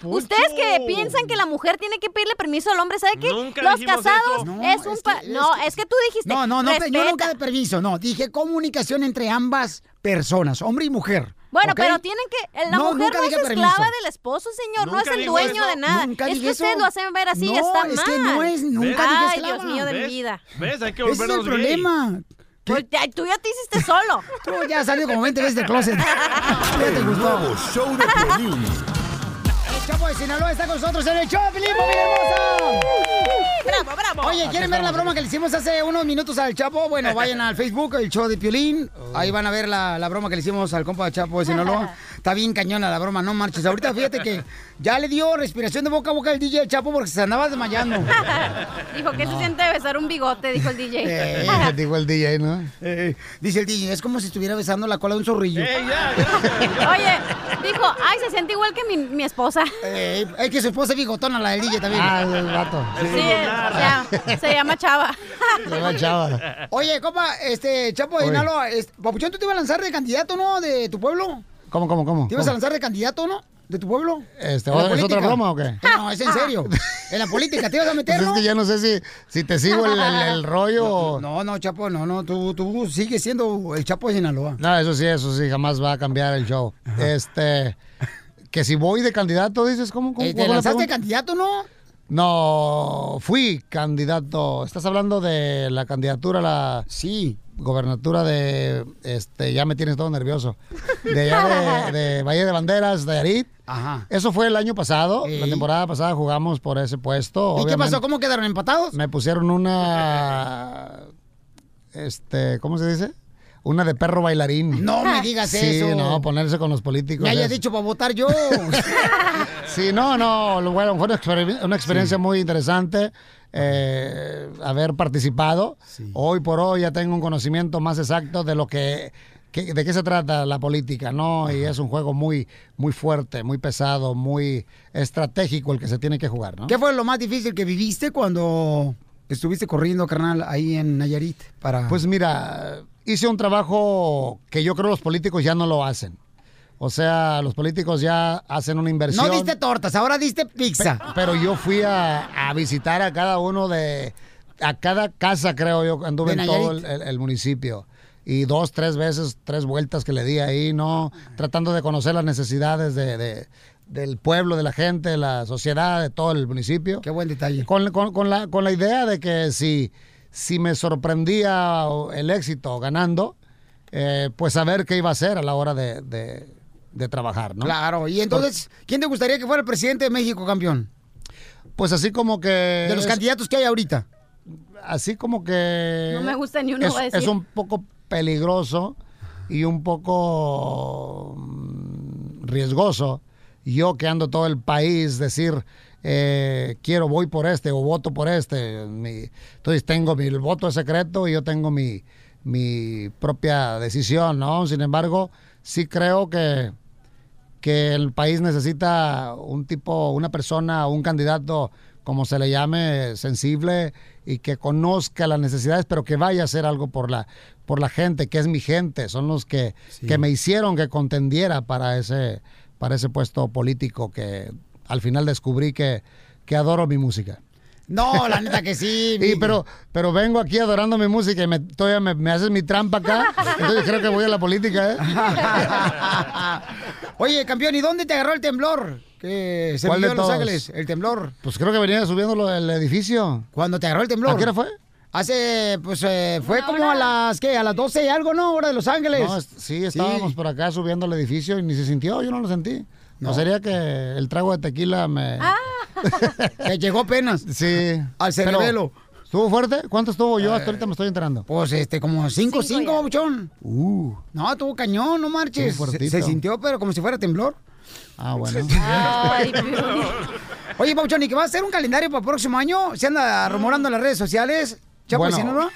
S3: Ustedes que piensan que la mujer tiene que pedirle permiso al hombre, ¿sabe qué?
S2: Nunca
S3: Los
S2: dijimos
S3: casados
S2: eso. No,
S3: es un... pa- no, es que tú dijiste...
S2: No, no, no, pe- yo
S3: "Respeta".
S2: nunca de permiso, no. Dije comunicación entre ambas personas, hombre y mujer.
S3: Bueno,
S2: ¿ok?
S3: pero tienen que... La
S2: No,
S3: mujer
S2: nunca
S3: no es
S2: dije
S3: esclava
S2: permiso.
S3: del esposo, señor.
S2: Nunca
S3: no es el
S2: dijo
S3: dueño
S2: eso.
S3: de nada.
S2: Nunca
S3: es
S2: dije
S3: que ustedes
S2: eso.
S3: lo hacen ver así,
S2: No,
S3: está mal.
S2: es que no es- nunca dije
S3: Ay,
S2: esclava.
S3: Dios mío de mi
S2: ¿Ves?
S3: vida.
S4: ¿Ves? Hay que
S2: Ese es el
S4: volvernos gay.
S2: problema.
S3: Pues ya- tú ya te hiciste solo.
S2: Tú ya has salido como 20 veces del closet. Ya te
S5: El
S2: gustó.
S5: nuevo show de Piolín.
S2: El Chapo de Sinaloa está con nosotros en el show, Felipe, hermosa.
S3: ¡Bravo, bravo!
S2: Oye, ¿quieren ver la broma que le hicimos hace unos minutos al Chapo? Bueno, vayan al Facebook, el show de Piolín. Ahí van a ver la, la broma que le hicimos al compa Chapo de Sinaloa. Está bien cañona la broma, no marches. Ahorita fíjate que ya le dio respiración de boca a boca al DJ al Chapo porque se andaba desmayando.
S3: dijo, que se siente besar un bigote? Dijo el DJ.
S2: Eh, dijo el DJ, ¿no? Eh, dice el DJ, es como si estuviera besando la cola de un zorrillo.
S3: Oye, dijo, ay, se siente igual que mi, mi esposa.
S2: Eh, es que su esposa es bigotona, la del DJ también.
S3: Ah,
S2: el gato.
S3: Sí, o sea, se llama Chava.
S2: Oye, compa, este, Chapo de
S21: Oye.
S2: Sinaloa, es- Papuchón, ¿tú te ibas a lanzar de candidato, no? ¿De tu pueblo?
S21: ¿Cómo, cómo, cómo?
S2: ¿Te ibas a
S21: ¿Cómo?
S2: lanzar de candidato, no? ¿De tu pueblo?
S21: Este,
S2: ¿En la
S21: ¿Es otra
S2: política?
S21: broma o qué?
S2: Eh, No, es en serio. En la política, ¿te ibas a meter,
S21: Pues es
S2: no?
S21: que ya no sé si, si te sigo el, el- el rollo.
S2: No, no, Chapo, no, no, tú, tú sigues siendo el Chapo de Sinaloa.
S21: No, eso sí, eso sí, jamás va a cambiar el show. Este, que si voy de candidato, dices, ¿cómo? cómo
S2: Eh,
S21: cuál
S2: ¿Te
S21: fue la
S2: lanzaste de
S21: pregunta?
S2: candidato, no?
S21: No, fui candidato. Estás hablando de la candidatura a la
S2: sí.
S21: gobernatura de este, ya me tienes todo nervioso. De allá de, de Valle de Banderas, de Arit.
S2: Ajá.
S21: Eso fue el año pasado. La temporada pasada jugamos por ese puesto.
S2: ¿Y qué
S21: Obviamente,
S2: pasó? ¿Cómo quedaron empatados?
S21: Me pusieron una este, ¿cómo se dice? Una de perro bailarín.
S2: No me digas
S21: Sí,
S2: eso.
S21: no, ponerse con los políticos.
S2: Me haya
S21: es-
S2: dicho para votar yo.
S21: Sí, no, no, lo bueno, fue una, exper- una experiencia muy interesante eh, haber participado. Hoy por hoy ya tengo un conocimiento más exacto de lo que, que- de qué se trata la política, ¿no? Y es un juego muy, muy fuerte, muy pesado, muy estratégico el que se tiene que jugar, ¿no?
S2: ¿Qué fue lo más difícil que viviste cuando estuviste corriendo, carnal, ahí en Nayarit? Para...
S21: Pues mira, hice un trabajo que yo creo los políticos ya no lo hacen. O sea, los políticos ya hacen una inversión.
S2: No diste tortas, ahora diste pizza.
S21: Pe- pero yo fui a, a visitar a cada uno de. A cada casa, creo yo, anduve
S2: De
S21: en todo el,
S2: Nayarit.
S21: el- el municipio. Y dos, tres veces, tres vueltas que le di ahí, ¿no? Tratando de conocer las necesidades de- de- del pueblo, de la gente, de la sociedad, de todo el municipio. Qué
S2: buen detalle.
S21: Con, con- con la, con la idea de que si, si me sorprendía el éxito ganando, eh, pues saber qué iba a hacer a la hora de, de- de trabajar, ¿no?
S2: Claro, y entonces, ¿quién te gustaría que fuera el presidente de México, campeón?
S21: Pues así como que...
S2: De los
S21: es-
S2: candidatos que hay ahorita.
S21: así como que...
S3: No me gusta ni uno,
S21: es,
S3: voy a decir.
S21: es un poco peligroso y un poco mm, riesgoso. Yo que ando todo el país, decir, eh, quiero, voy por este o voto por este. Mi- entonces tengo mi el voto es secreto y yo tengo mi, mi propia decisión, ¿no? Sin embargo, sí creo que que el país necesita un tipo, una persona, un candidato, como se le llame, sensible y que conozca las necesidades, pero que vaya a hacer algo por la, por la gente, que es mi gente, son los que, que me hicieron que contendiera para ese, para ese puesto político que al final descubrí que, que adoro mi música.
S2: No, la neta que sí.
S21: Y pero, pero vengo aquí adorando mi música y me, todavía me, me haces mi trampa acá. Entonces creo que voy a la política, ¿eh?
S2: Oye, campeón, ¿y dónde te agarró el temblor? Que se
S21: ¿Cuál
S2: vivió
S21: de
S2: en Los
S21: todos?
S2: Ángeles, el temblor.
S21: Pues creo que venía subiendo lo- el edificio.
S2: ¿Cuándo te agarró el temblor?
S21: ¿A qué hora fue?
S2: Hace, pues, eh, fue como a las, ¿qué? A las 12 y algo, ¿no? Hora de Los Ángeles.
S21: No, es- sí, estábamos por acá subiendo el edificio y ni se sintió, yo no lo sentí. No, sería que el trago de tequila me...
S3: Ah,
S2: Se Ah. llegó apenas.
S21: Sí.
S2: Al
S21: Pero,
S2: cerebelo.
S21: ¿Estuvo fuerte? ¿Cuánto estuvo? Yo hasta
S2: Eh,
S21: ahorita me estoy enterando.
S2: Pues este, como 5, 5, babuchón.
S21: Uh,
S2: No, tuvo cañón, no marches.
S21: Estuvo
S2: Se,
S21: fuertito.
S2: se sintió, pero como si fuera temblor.
S21: Ah, bueno.
S2: Oye, Pauchón, ¿y que va a hacer un calendario para el próximo año? ¿Se anda rumorando en las redes sociales? ¿Chapo
S21: Bueno,
S2: y Sinaloa?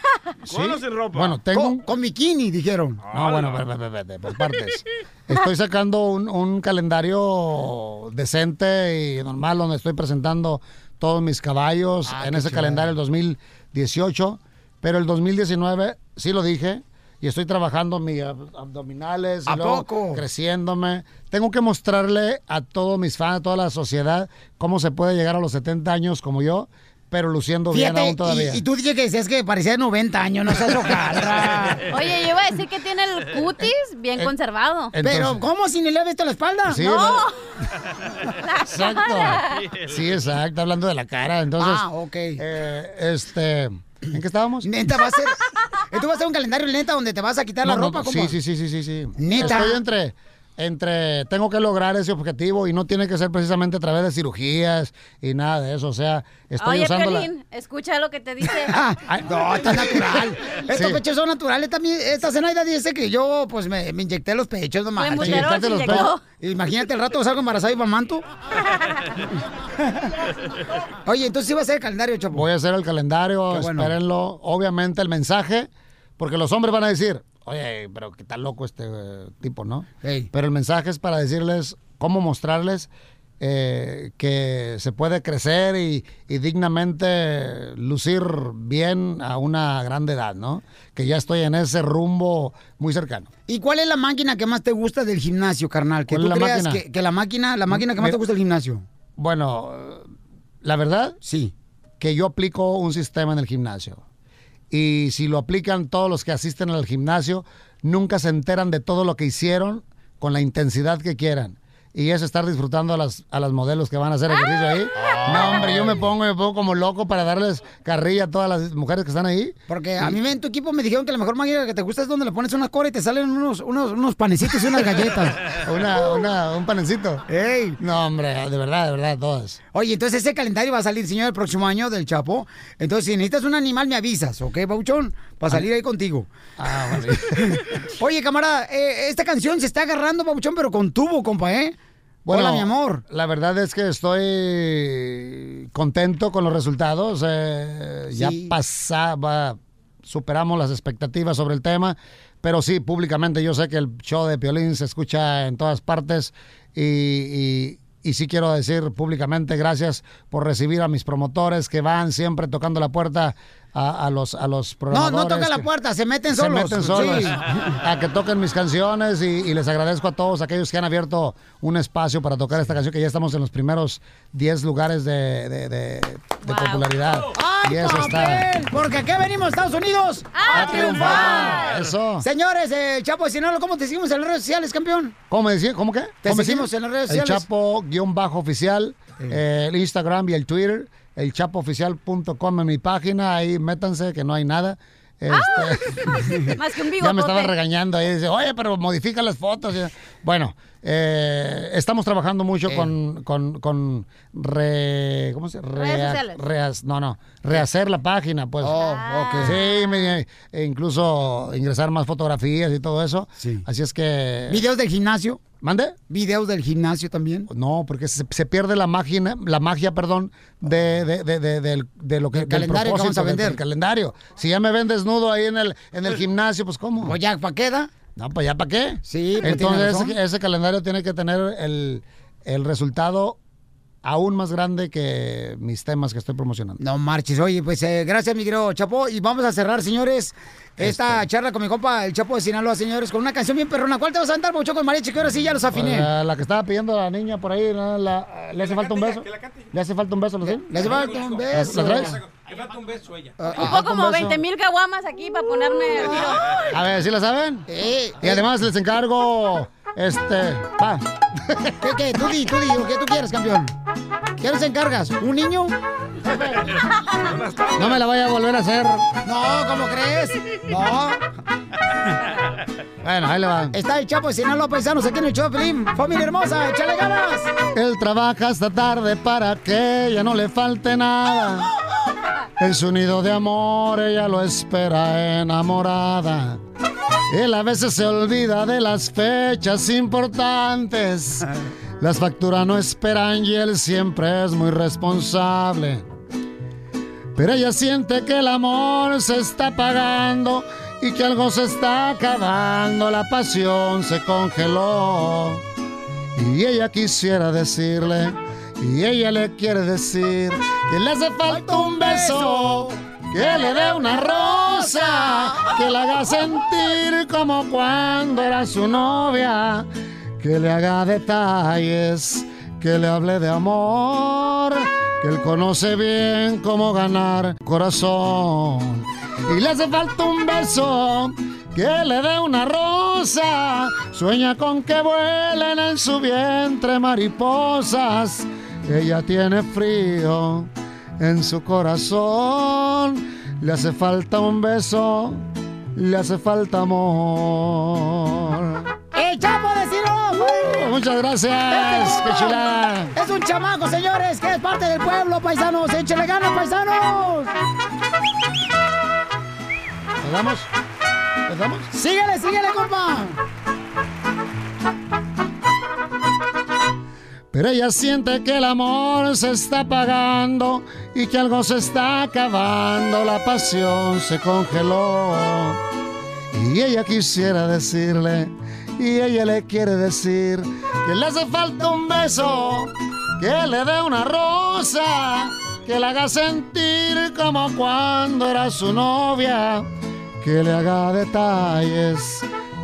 S21: sí. ¿Con o sin ropa? Bueno, tengo
S2: Con,
S21: un-
S2: con bikini, dijeron.
S21: No, bueno, espérate, espérate, espérate, por partes. Estoy sacando un, un calendario decente y normal donde estoy presentando todos mis caballos
S2: Ah,
S21: en ese calendario del 2018, pero el 2019 sí lo dije y estoy trabajando mis ab- abdominales, y
S2: ¿A
S21: luego
S2: poco?
S21: creciéndome. Tengo que mostrarle a todos mis fans, a toda la sociedad cómo se puede llegar a los 70 años como yo, pero luciendo bien aún todavía.
S2: y, y tú dije que decías que parecía de 90 años, no seas loca.
S3: Oye, yo iba a decir que tiene el cutis bien
S2: Eh,
S3: conservado.
S2: Pero, ¿cómo si ni le ves toda la espalda?
S21: Sí,
S2: no.
S21: no.
S3: La
S21: Exacto.
S3: cara.
S21: Sí, exacto, hablando de la cara. Entonces,
S2: ah, ok.
S21: este, ¿en qué estábamos?
S2: Neta, va a ser. eh, Tú vas a hacer un calendario, neta, donde te vas a quitar la
S21: No, no,
S2: ropa,
S21: no,
S2: compa.
S21: Sí, sí, sí, sí, sí, sí.
S2: Neta.
S21: Estoy entre, entre, tengo que lograr ese objetivo y no tiene que ser precisamente a través de cirugías y nada de eso. O sea, estoy
S3: Oye,
S21: usando la...
S3: Piolín, escucha lo que te dice.
S21: Ay,
S2: Ah, No, está natural. Estos
S21: Sí.
S2: pechos son naturales también. Esta Zenaida dice que yo, pues, me, me inyecté los pechos, nomás.
S3: Fue Buterol, Inyectaste se los inyectó.
S2: Imagínate, el rato salgo embarazada y va manto. Oye, entonces sí va a ser el calendario, Chapo.
S21: Voy a hacer el calendario,
S2: Qué bueno.
S21: espérenlo. Obviamente el mensaje, porque los hombres van a decir, oye, pero qué tan loco este eh, tipo, ¿no? Pero el mensaje es para decirles cómo mostrarles eh, que se puede crecer y, y dignamente lucir bien a una grande edad, ¿no? Que ya estoy en ese rumbo muy cercano.
S2: ¿Y cuál es la máquina que más te gusta del gimnasio, carnal? Que
S21: ¿Cuál
S2: tú
S21: es la
S2: creas
S21: máquina? Mm,
S2: que, que la máquina, la máquina que más
S21: Mira-
S2: te gusta del gimnasio.
S21: Bueno, eh, la verdad,
S2: sí,
S21: que yo aplico un sistema en el gimnasio. Y si lo aplican todos los que asisten al gimnasio, nunca se enteran de todo lo que hicieron con la intensidad que quieran. Y es estar disfrutando a las, a las modelos que van a hacer ejercicio ahí. No, hombre, yo me pongo, me pongo como loco para darles carrilla a todas las mujeres que están ahí.
S2: Porque a mí en tu equipo me dijeron que la mejor máquina que te gusta es donde le pones una cora y te salen unos, unos, unos panecitos y unas galletas.
S21: Una, una, un panecito.
S2: ¡Ey!
S21: No, hombre, de verdad, de verdad, todas.
S2: Oye, entonces ese calendario va a salir, señor, el próximo año del Chapo. Entonces, si necesitas un animal, me avisas, ¿ok, Bauchón? Para salir ahí contigo.
S21: Ah,
S2: Oye, camarada, eh, esta canción se está agarrando, Bauchón, pero con tubo, compa, ¿eh? Hola, mi amor.
S21: La verdad es que estoy contento con los resultados. eh, Ya
S2: Sí.
S21: pasaba, superamos las expectativas sobre el tema. Pero sí, públicamente yo sé que el show de Piolín se escucha en todas partes y, y- y sí quiero decir públicamente gracias por recibir a mis promotores que van siempre tocando la puerta a, a los, a los
S2: No,
S21: programadores.
S2: no toca la
S21: que-
S2: puerta, se meten
S21: se
S2: solos.
S21: meten solos
S2: Sí.
S21: a que toquen mis canciones y, y les agradezco a todos aquellos que han abierto un espacio para tocar esta canción que ya estamos en los primeros 10 lugares de, de- de- de popularidad.
S2: ¡Ay,
S21: y eso está.
S2: papel! Porque acá venimos, Estados Unidos, a,
S21: ¡A
S2: triunfar.
S21: triunfar! Eso.
S2: Señores, eh, Chapo de Sinaloa, ¿cómo te seguimos en las redes sociales, campeón?
S21: ¿Cómo me decía? ¿Cómo qué?
S2: Te
S21: ¿Cómo me
S2: seguimos
S21: decía?
S2: en las redes
S21: El
S2: sociales.
S21: Chapo guión bajo oficial, eh, el Instagram y el Twitter, el chapooficial.com en mi página, ahí métanse que no hay nada.
S2: ¡Ah!
S21: Este-
S3: Ah, Más que un
S21: Ya me estaba
S3: bigotote.
S21: regañando ahí, dice, oye, pero modifica las fotos. Bueno, eh, estamos trabajando mucho
S2: Eh.
S21: con, con, con re- ¿cómo se llama?
S1: Redes sociales.
S21: no, no, rehacer la página, pues.
S2: Oh,
S21: Sí, me- e incluso ingresar más fotografías y todo eso. Así es que...
S2: ¿Videos del gimnasio?
S21: ¿Mande?
S2: ¿Videos del gimnasio también?
S21: No, porque se, se pierde la magia, la magia, perdón, de, de, de, de- del- de lo que... del
S2: calendario que vamos a
S21: propósito del-
S2: vender.
S21: del calendario. Si ya me ven desnudo ahí en el, en el gimnasio, pues ¿cómo?
S2: Pues ya, ¿para qué da?
S21: No, pues ya para qué.
S2: Sí, pues, tiene
S21: Entonces
S2: razón.
S21: ese, ese calendario tiene que tener el, el resultado aún más grande que mis temas que estoy promocionando.
S2: No marches, oye, pues eh, gracias, mi querido Chapo. Y vamos a cerrar, señores, esta
S21: Este.
S2: charla con mi compa, el Chapo de Sinaloa, señores, con una canción bien perrona. ¿Cuál te vas a andar, Bocho, con mariachi? Que ahora sí ya los afiné.
S21: Eh, La, la que estaba pidiendo la niña por ahí, la- la- ¿le hace falta un beso? ¿Le hace falta un beso, lo sé?
S2: le hace falta un beso.
S21: ¿La traes?
S3: Le falta un beso ella.
S21: Ah,
S3: Ocupo como
S21: con beso.
S3: 20 mil caguamas aquí para ponerme el tiro.
S2: Ah.
S21: A ver, ¿sí la saben?
S2: Sí.
S21: Y además les encargo, este, va.
S2: ¿Qué, qué? Tú di, tú di, lo que tú quieres, campeón. ¿Quién se encargas? ¿Un niño?
S21: No me la vaya a volver a hacer.
S2: No, ¿cómo crees? No.
S21: Bueno, ahí le va.
S2: Está el Chapo de Sinaloa, paisanos, aquí en el Choplin. Familia hermosa, échale ganas.
S21: Él trabaja hasta tarde para que ella no le falte nada. En su nido de amor ella lo espera enamorada. Él a veces se olvida de las fechas importantes. Las facturas no esperan y él siempre es muy responsable. Pero ella siente que el amor se está pagando y que algo se está acabando, la pasión se congeló. Y ella quisiera decirle, y ella le quiere decir que le hace falta un beso, que le dé una rosa, que la haga sentir como cuando era su novia, que le haga detalles, que le hable de amor, que él conoce bien cómo ganar corazón. Y le hace falta un beso, que le dé una rosa, sueña con que vuelen en su vientre mariposas. Ella tiene frío en su corazón. Le hace falta un beso, le hace falta amor.
S2: ¡El Chapo de Sinaloa!
S21: Uh, Muchas gracias,
S2: Este
S21: qué chulada.
S2: Es un chamaco, señores, que es parte del pueblo, paisanos. ¡Échale ganas, paisanos!
S21: ¿Le damos? ¿Le damos?
S2: ¡Síguele, síguele, compa!
S21: Pero ella siente que el amor se está apagando y que algo se está acabando, la pasión se congeló. Y ella quisiera decirle, y ella le quiere decir, que le hace falta un beso, que le dé una rosa, que la haga sentir como cuando era su novia, que le haga detalles,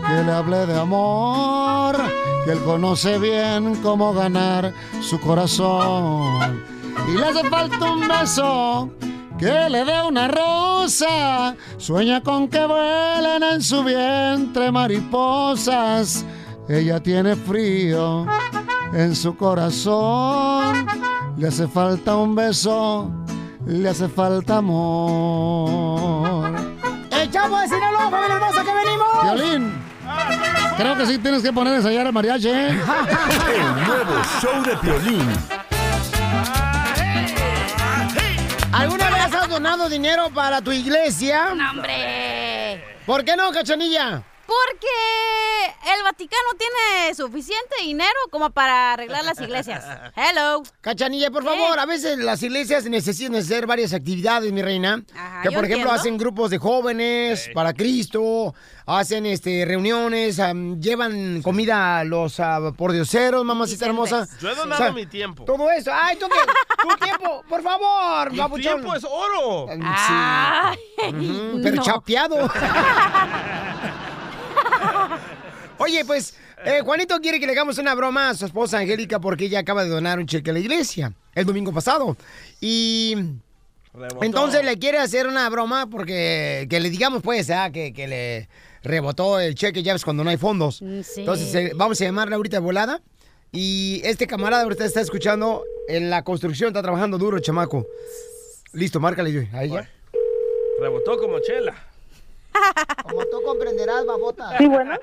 S21: que le hable de amor, que él conoce bien cómo ganar su corazón. Y le hace falta un beso, que le dé una rosa, sueña con que vuelen en su vientre mariposas. Ella tiene frío en su corazón, le hace falta un beso, le hace falta amor.
S2: ¡El Chapo de Sinaloa, familia hermosa, que venimos! Ah,
S21: Violín. Creo que sí tienes que poner a ensayar al mariachi, ¿eh?
S5: El nuevo show de Piolín.
S2: ¿Alguna vez has donado dinero para tu iglesia?
S3: ¡No, hombre!
S2: ¿Por qué no, cachanilla?
S3: Porque el Vaticano tiene suficiente dinero como para arreglar las iglesias. Hello.
S2: Cachanilla, por favor, a veces las iglesias necesitan hacer varias actividades, mi reina. que
S3: yo
S2: por ejemplo
S3: entiendo.
S2: hacen grupos de jóvenes para Cristo, hacen este reuniones, am, llevan comida a los ah, pordioseros, mamacita hermosa.
S4: Yo he donado
S2: O sea,
S4: mi tiempo.
S2: Todo eso. Ay, tú qué, tu tiempo, por favor,
S4: Mi
S2: babuchón.
S4: tiempo es oro.
S2: Mm, sí. Ujú, Pero chapeado. Oye, pues, eh, Juanito quiere que le hagamos una broma a su esposa Angélica porque ella acaba de donar un cheque a la iglesia el domingo pasado. Y
S4: Rebotó.
S2: entonces le quiere hacer una broma porque que le digamos, pues, ah, que, que le rebotó el cheque, ya ves, cuando no hay fondos.
S3: sí.
S2: Entonces, eh, vamos a llamarla ahorita de volada. Y este camarada ahorita está escuchando en la construcción, está trabajando duro, chamaco. Listo, márcale yo. Ahí ya.
S4: Rebotó como chela.
S2: Como tú comprenderás, babota.
S4: Sí, bueno.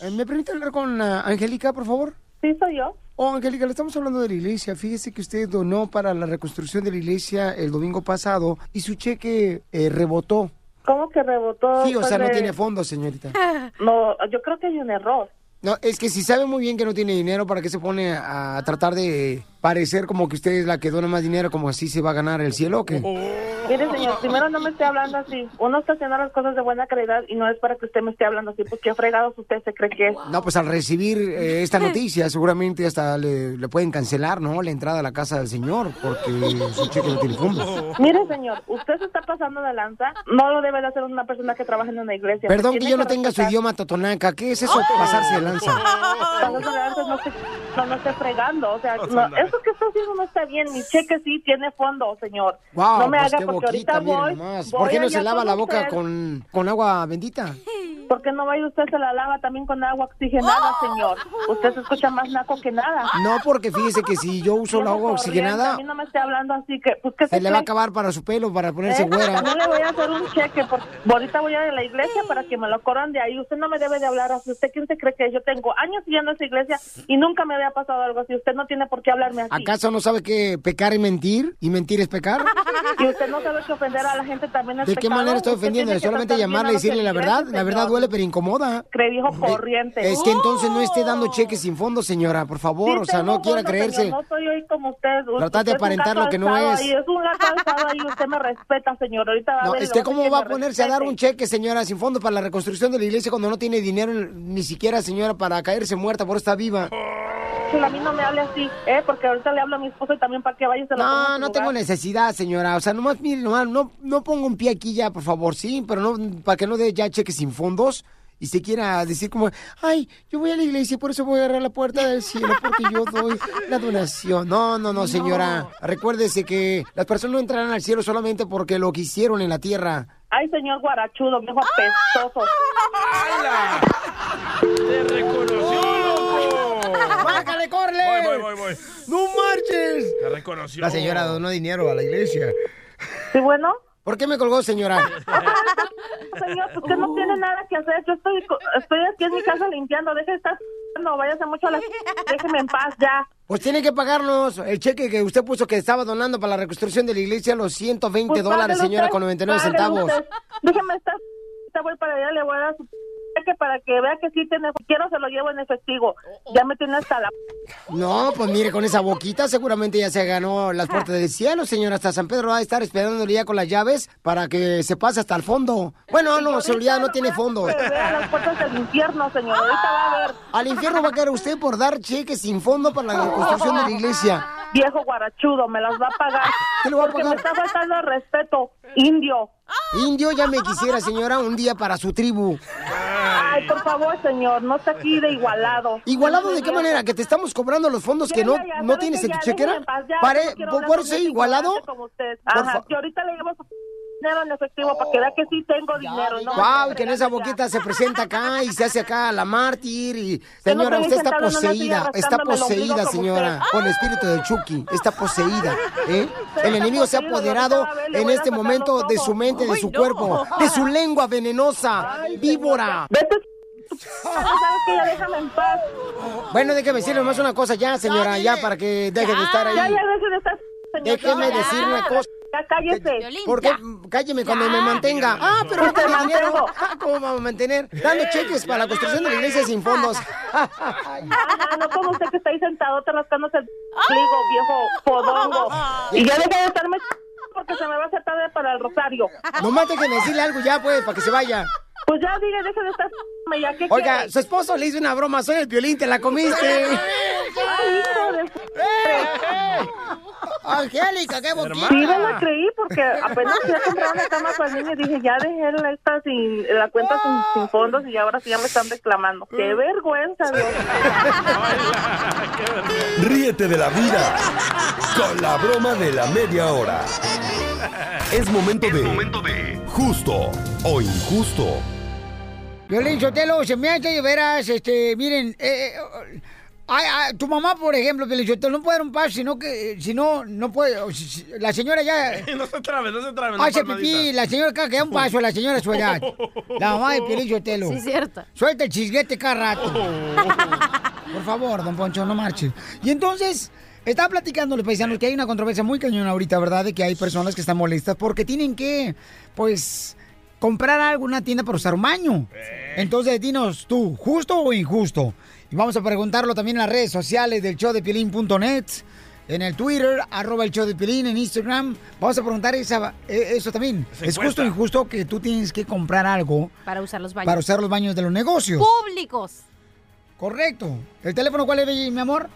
S2: Eh, ¿Me permite hablar con ah, Angélica, por favor?
S6: Sí, soy yo.
S2: Oh, Angélica, le estamos hablando de la iglesia. Fíjese que usted donó para la reconstrucción de la iglesia el domingo pasado y su cheque eh, rebotó.
S6: ¿Cómo que rebotó?
S2: Sí, o sea, no
S6: Pues,
S2: tiene
S6: eh,
S2: fondos, señorita.
S6: No, yo creo que hay un error.
S2: No, es que si sabe muy bien que no tiene dinero, ¿para qué se pone a tratar de parecer como que usted es la que dona más dinero, como así se va a ganar el cielo o qué?
S6: Eh, Mire, señor, primero no me esté hablando así. Uno está haciendo las cosas de buena calidad y no es para que usted me esté hablando así, porque qué fregados usted se cree que es.
S2: No, pues al recibir eh, esta noticia, seguramente hasta le, le pueden cancelar, ¿no? La entrada a la casa del señor, porque su cheque no tiene fondos.
S6: Mire, señor, usted se está pasando de lanza. No lo debe de hacer una persona que trabaja en una iglesia.
S2: Perdón que
S6: Tiene
S2: yo no tenga su
S6: respetar.
S2: idioma totonaca. ¿Qué es eso? Pasarse de lanza.
S6: Pasarse de lanza no se- no, no esté fregando. O sea, no,
S2: Pasando de
S6: es Eso que está haciendo no está bien. Mi cheque sí tiene fondo, señor.
S2: Wow,
S6: no me
S2: pues
S6: haga
S2: qué
S6: porque
S2: boquita,
S6: ahorita
S2: mire
S6: voy,
S2: nomás.
S6: voy
S2: ¿Por qué no
S6: allá
S2: se lava
S6: con
S2: la boca
S6: usted.
S2: con, con agua bendita?
S6: ¿Por qué no va y usted se la lava también con agua
S2: Oh.
S6: oxigenada, señor? Usted se escucha más naco que nada.
S2: No, porque fíjese que si yo uso la agua
S6: A
S2: oxigenada,
S6: mí no me esté hablando así que, pues, ¿qué
S2: se le va a
S6: cree?
S2: acabar para su pelo, para ponerse
S6: Eh,
S2: güera.
S6: No le voy a hacer un cheque, porque ahorita voy a ir a la iglesia para que me lo corran de ahí. Usted no me debe de hablar así. ¿Usted quién se cree que yo tengo años yendo a esa iglesia y nunca me había pasado algo así? Usted no tiene por qué hablarme así.
S2: ¿Acaso no sabe que pecar es mentir y mentir es pecar?
S6: Y usted no sabe que ofender a la gente también es
S2: ¿De qué
S6: pecado.
S2: manera estoy
S6: Usted
S2: ofendiendo?
S6: tiene que
S2: Solamente
S6: tratar bien
S2: llamarle
S6: a
S2: y
S6: los
S2: decirle la verdad.
S6: feligreses,
S2: La verdad
S6: señor.
S2: duele, pero incomoda. Eh,
S6: Cree viejo corriente.
S2: Es que entonces no esté dando cheques sin fondo, señora, por favor.
S6: Sí,
S2: O sea,
S6: tengo
S2: no quiera
S6: fondo,
S2: creerse.
S6: señor, No soy hoy como usted.
S2: Trata de
S6: Usted es un
S2: aparentar lo que no
S6: calzado
S2: es.
S6: ahí, es un calzado ahí. Usted me respeta, señor. Ahorita va a
S2: No, este
S6: ver. y le
S2: ¿usted
S6: voy
S2: cómo
S6: decir
S2: va a
S6: que me
S2: ponerse a dar
S6: respete.
S2: un cheque, señora, sin fondo para la reconstrucción de la iglesia cuando no tiene dinero ni siquiera, señora, para caerse muerta por está viva?
S6: Chula, a mí no me hable así, ¿eh? Porque ahorita le hablo a mi esposo y también para que vaya y se lo ponga en
S2: No,
S6: su
S2: no
S6: lugar.
S2: tengo necesidad, señora. O sea, nomás, mire, nomás, no, no ponga un pie aquí ya, por favor, sí, pero no, para que no dé ya cheques sin fondos y se quiera decir como, ay, yo voy a la iglesia y por eso voy a agarrar la puerta del cielo porque yo doy la donación. No, no, no, señora. Recuérdese que las personas no entrarán al cielo solamente porque lo que hicieron en la tierra.
S6: Ay, señor guarachudo, viejo pestoso.
S4: ¡Te reconoció, loco!
S2: ¡Bájale, corle!
S4: Voy, voy, voy, voy.
S2: ¡No marches!
S4: Te reconoció.
S2: La señora donó dinero a la iglesia.
S6: ¿Sí, bueno?
S2: ¿Por qué me colgó, señora?
S6: Señor, usted no tiene nada que hacer. Yo estoy, co- estoy aquí en mi casa limpiando. Deje de estar... No, váyase mucho a la... Déjeme en paz ya.
S2: Pues tiene que pagarnos el cheque que usted puso que estaba donando para la reconstrucción de la iglesia, los 120
S6: Pues
S2: dólares,
S6: págale
S2: señora,
S6: usted,
S2: con 99
S6: págale
S2: centavos.
S6: usted. Déjeme estar... Ahorita voy para allá, le voy a dar su... cheque para que vea que sí tiene... Si quiero, se lo llevo en efectivo. Ya me tiene hasta la...
S2: No, pues mire, con esa boquita seguramente ya se ganó las puertas del cielo, señora. Hasta San Pedro va a estar esperándole ya con las llaves para que se pase hasta el fondo. Bueno, no, en realidad no tiene fondo.
S6: Que vea las puertas del infierno, señor. Ahorita va a ver.
S2: Al infierno va a caer usted por dar cheques sin fondo para la reconstrucción de la iglesia.
S6: Viejo guarachudo, me las va a pagar.
S2: ¿Qué le va a
S6: Porque
S2: pagar?
S6: me está faltando el respeto, indio.
S2: Indio ya me quisiera, señora, un día para su tribu.
S6: Ay, por favor, señor, no está aquí de igualado.
S2: ¿Igualado de qué manera? ¿Que te estamos cobrando los fondos
S6: Ya,
S2: que no,
S6: ya, ya,
S2: no
S6: ¿sabe
S2: tienes
S6: qué?
S2: en tu
S6: Ya, déjeme
S2: chequera?
S6: en paz, ya,
S2: Pare,
S6: no quiero
S2: ¿Por
S6: hablar
S2: por
S6: con
S2: ser
S6: gente
S2: igualado?
S6: ignorante como usted.
S2: Por
S6: Ajá,
S2: fa-
S6: que ahorita le llevo su dinero en efectivo para que vea que sí tengo dinero. No,
S2: Wow, que en esa boquita se presenta acá y se hace acá la mártir y señora,
S6: estoy
S2: usted está
S6: sentada en una silla
S2: poseída, está
S6: rascándome el
S2: poseída,
S6: ombligo como
S2: señora,
S6: usted.
S2: con el espíritu de Chucky, está poseída, ¿eh?
S6: Usted
S2: El
S6: está
S2: enemigo se ha
S6: poseído,
S2: apoderado
S6: doctora Abel, le
S2: en
S6: voy a
S2: este
S6: sacar
S2: momento
S6: los
S2: de su
S6: ojos.
S2: mente, de
S6: Ay,
S2: su
S6: no.
S2: cuerpo, de su lengua venenosa, víbora.
S6: ¿Sabes qué? Ya déjame en paz.
S2: Bueno, déjeme decirle nomás una cosa ya, señora, ya para que deje de estar ahí.
S6: Ya, ya, deje de estar. señor.
S2: Déjeme
S6: Ya.
S2: decir una cosa.
S6: Ya cállese.
S2: Porque cálleme cuando me mantenga. Ah, pero no
S6: Pues te
S2: tiene dinero.
S6: mantengo.
S2: Ah, ¿Cómo vamos a mantener? Dando cheques para la construcción de la iglesia sin fondos.
S6: Ajá, Ah, no como usted que está ahí sentado te rascándose el pligo, viejo podongo. Y ya deja de estarme porque se me va a hacer tarde para el rosario.
S2: No mate que decirle algo ya, pues, para que se vaya.
S6: Pues ya diga, deja de estar ya que
S2: Oiga, su esposo le hizo una broma, soy el violín, te la comiste. Angélica, qué boquita.
S6: Sí, me la creí porque apenas fui a comprar una cama para mí y dije, ya dejé la, esta sin, la cuenta sin, sin fondos y ahora sí ya me están reclamando.
S2: Mm.
S6: ¡Qué vergüenza, Dios!
S5: Ríete de la vida con la broma de la media hora. Es momento de, justo o injusto.
S2: Violín Sotelo, se me hace de veras, este, miren, eh, eh, ay, ay, tu mamá, por ejemplo, Violín Sotelo, no puede dar un paso, sino que, eh, si no, no puede, o si- si- la señora ya eh,
S4: No se trabe, no se trabe. no
S2: hace
S4: palmadita.
S2: pipí, la señora acá que da un paso, la señora a su edad, la mamá de Violín Sotelo.
S3: Sí, cierto.
S2: Suelta el chisguete cada rato. Por favor, don Poncho, no marche. Y entonces, estaba platicando los paisanos que hay una controversia muy cañona ahorita, ¿verdad? De que hay personas que están molestas porque tienen que, pues, comprar algo en una tienda para usar un baño.
S3: Eh.
S2: Entonces, dinos tú, ¿justo o injusto? Y vamos a preguntarlo también en las redes sociales del show de Piolín.net, En el Twitter, arroba el show de Piolín, en Instagram. Vamos a preguntar esa- eh, eso también.
S3: Esa
S2: ¿Es justo
S3: encuesta.
S2: o injusto que tú tienes que comprar algo
S3: Para usar los baños.
S2: para usar los baños de los negocios?
S3: Públicos.
S2: Correcto. ¿El teléfono cuál es, Belli, mi amor?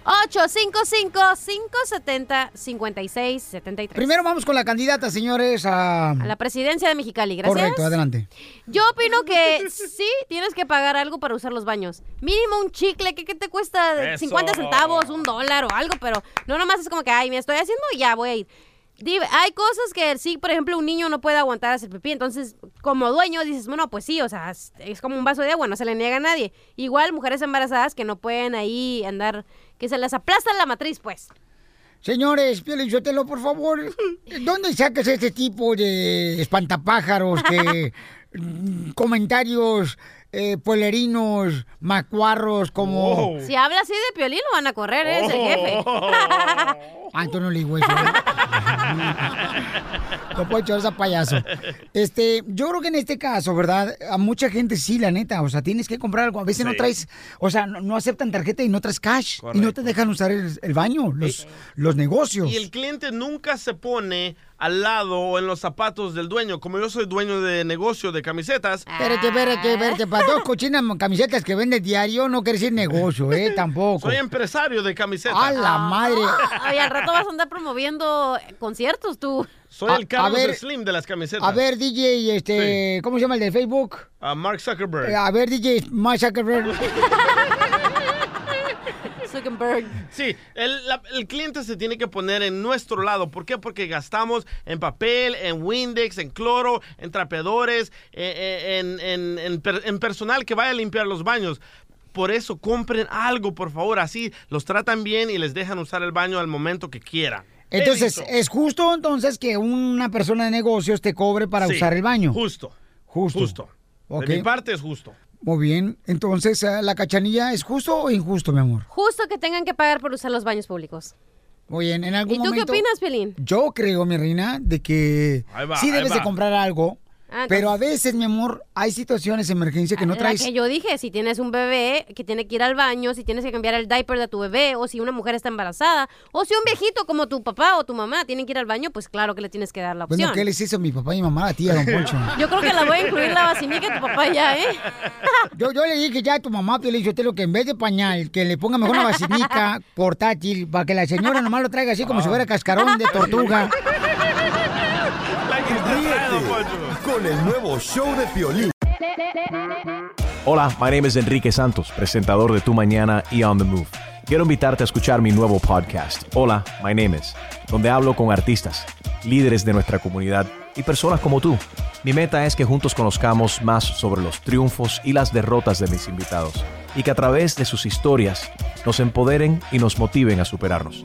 S3: 855-570-5673.
S2: Primero vamos con la candidata, señores, a...
S3: A la presidencia de Mexicali, gracias.
S2: Correcto, adelante.
S3: Yo opino que sí tienes que pagar algo para usar los baños. Mínimo un chicle, que, que te cuesta
S1: Eso.
S3: 50 centavos, un dólar o algo, pero no nomás es como que, ay, me estoy haciendo y ya voy a ir. Di- hay cosas que sí, por ejemplo, un niño no puede aguantar hacer pipí, entonces como dueño dices, bueno, pues sí, o sea, es, es como un vaso de agua, no se le niega a nadie. Igual mujeres embarazadas que no pueden ahí andar, que se les aplasta la matriz, pues.
S2: Señores, Piolichotelo, por favor, ¿dónde sacas este tipo de espantapájaros, de mm, comentarios eh, polerinos, macuarros, como
S3: Si habla así de piolín, lo van a correr, ¿eh? es el jefe.
S2: Antonio Ligüeso? ¿eh? No puedo echar ese payaso. Este, yo creo que en este caso, ¿verdad? A mucha gente sí, la neta. O sea, tienes que comprar algo. A veces no
S21: Sí.
S2: traes, o sea, no, no aceptan tarjeta y no traes cash. Y no te dejan usar el, el baño, los, los negocios.
S4: Y el cliente nunca se pone al lado o en los zapatos del dueño. Como yo soy dueño de negocio de camisetas.
S3: Ah.
S2: Espérate, espérate, espérate. Para
S4: Ah.
S2: dos cochinas camisetas que vendes diario no quiere decir negocio, ¿eh? Tampoco.
S4: Soy Ah. empresario de camisetas.
S2: A la madre.
S3: Ay, al rato vas a andar promoviendo conciertos tú.
S4: Soy el
S2: A- a
S4: Carlos
S2: ver,
S4: Slim de las camisetas.
S2: A ver, DJ, este, ¿cómo se llama el de Facebook?
S4: A Mark Zuckerberg.
S2: Eh, A ver, DJ, más Zuckerberg.
S3: Zuckerberg.
S4: Sí, el, la- el cliente se tiene que poner en nuestro lado. ¿Por qué? Porque gastamos en papel, en Windex, en cloro, en trapeadores, eh, eh, en, en- en per- en personal que vaya a limpiar los baños. Por eso compren algo, por favor. Así los tratan bien y les dejan usar el baño al momento que quieran.
S2: Entonces, eh, ¿es justo entonces que una persona de negocios te cobre para
S4: Sí,
S2: usar el baño?
S4: Justo.
S2: Justo.
S4: Justo.
S2: Ok.
S4: De mi parte es justo.
S2: Muy bien. Entonces, eh, ¿la cachanilla es justo o injusto, mi amor?
S3: Justo que tengan que pagar por usar los baños públicos.
S2: Muy bien, en algún
S3: ¿Y tú
S2: momento-
S3: qué opinas, Piolín?
S2: Yo creo, mi reina, de que
S4: Ahí va,
S2: sí
S4: ahí
S2: debes de
S4: va.
S2: comprar algo.
S3: Ah, entonces- Ah,
S2: Pero a veces, mi amor, hay situaciones de emergencia que no
S3: La
S2: traes.
S3: que yo dije, si tienes un bebé que tiene que ir al baño, si tienes que cambiar el diaper de tu bebé, o si una mujer está embarazada, o si un viejito como tu papá o tu mamá tienen que ir al baño, pues claro que le tienes que dar la opción.
S2: Bueno, ¿qué les hizo mi papá y mi mamá a ti, a don Poncho?
S3: Yo creo que la voy a incluir la vacinica a tu papá ya, ¿eh?
S2: Yo, yo le dije ya a tu mamá, Piolín, yo te lo que en vez de pañal, que le ponga mejor una vacinica portátil para que la señora nomás lo traiga así como si fuera cascarón de tortuga.
S5: Ríete con el nuevo show de Piolín.
S22: Hola, my name is Enrique Santos, presentador de Tu Mañana y On the Move. Quiero invitarte a escuchar mi nuevo podcast, Hola, my name is, donde hablo con artistas, líderes de nuestra comunidad y personas como tú. Mi meta es que juntos conozcamos más sobre los triunfos y las derrotas de mis invitados y que a través de sus historias nos empoderen y nos motiven a superarnos.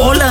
S23: Hola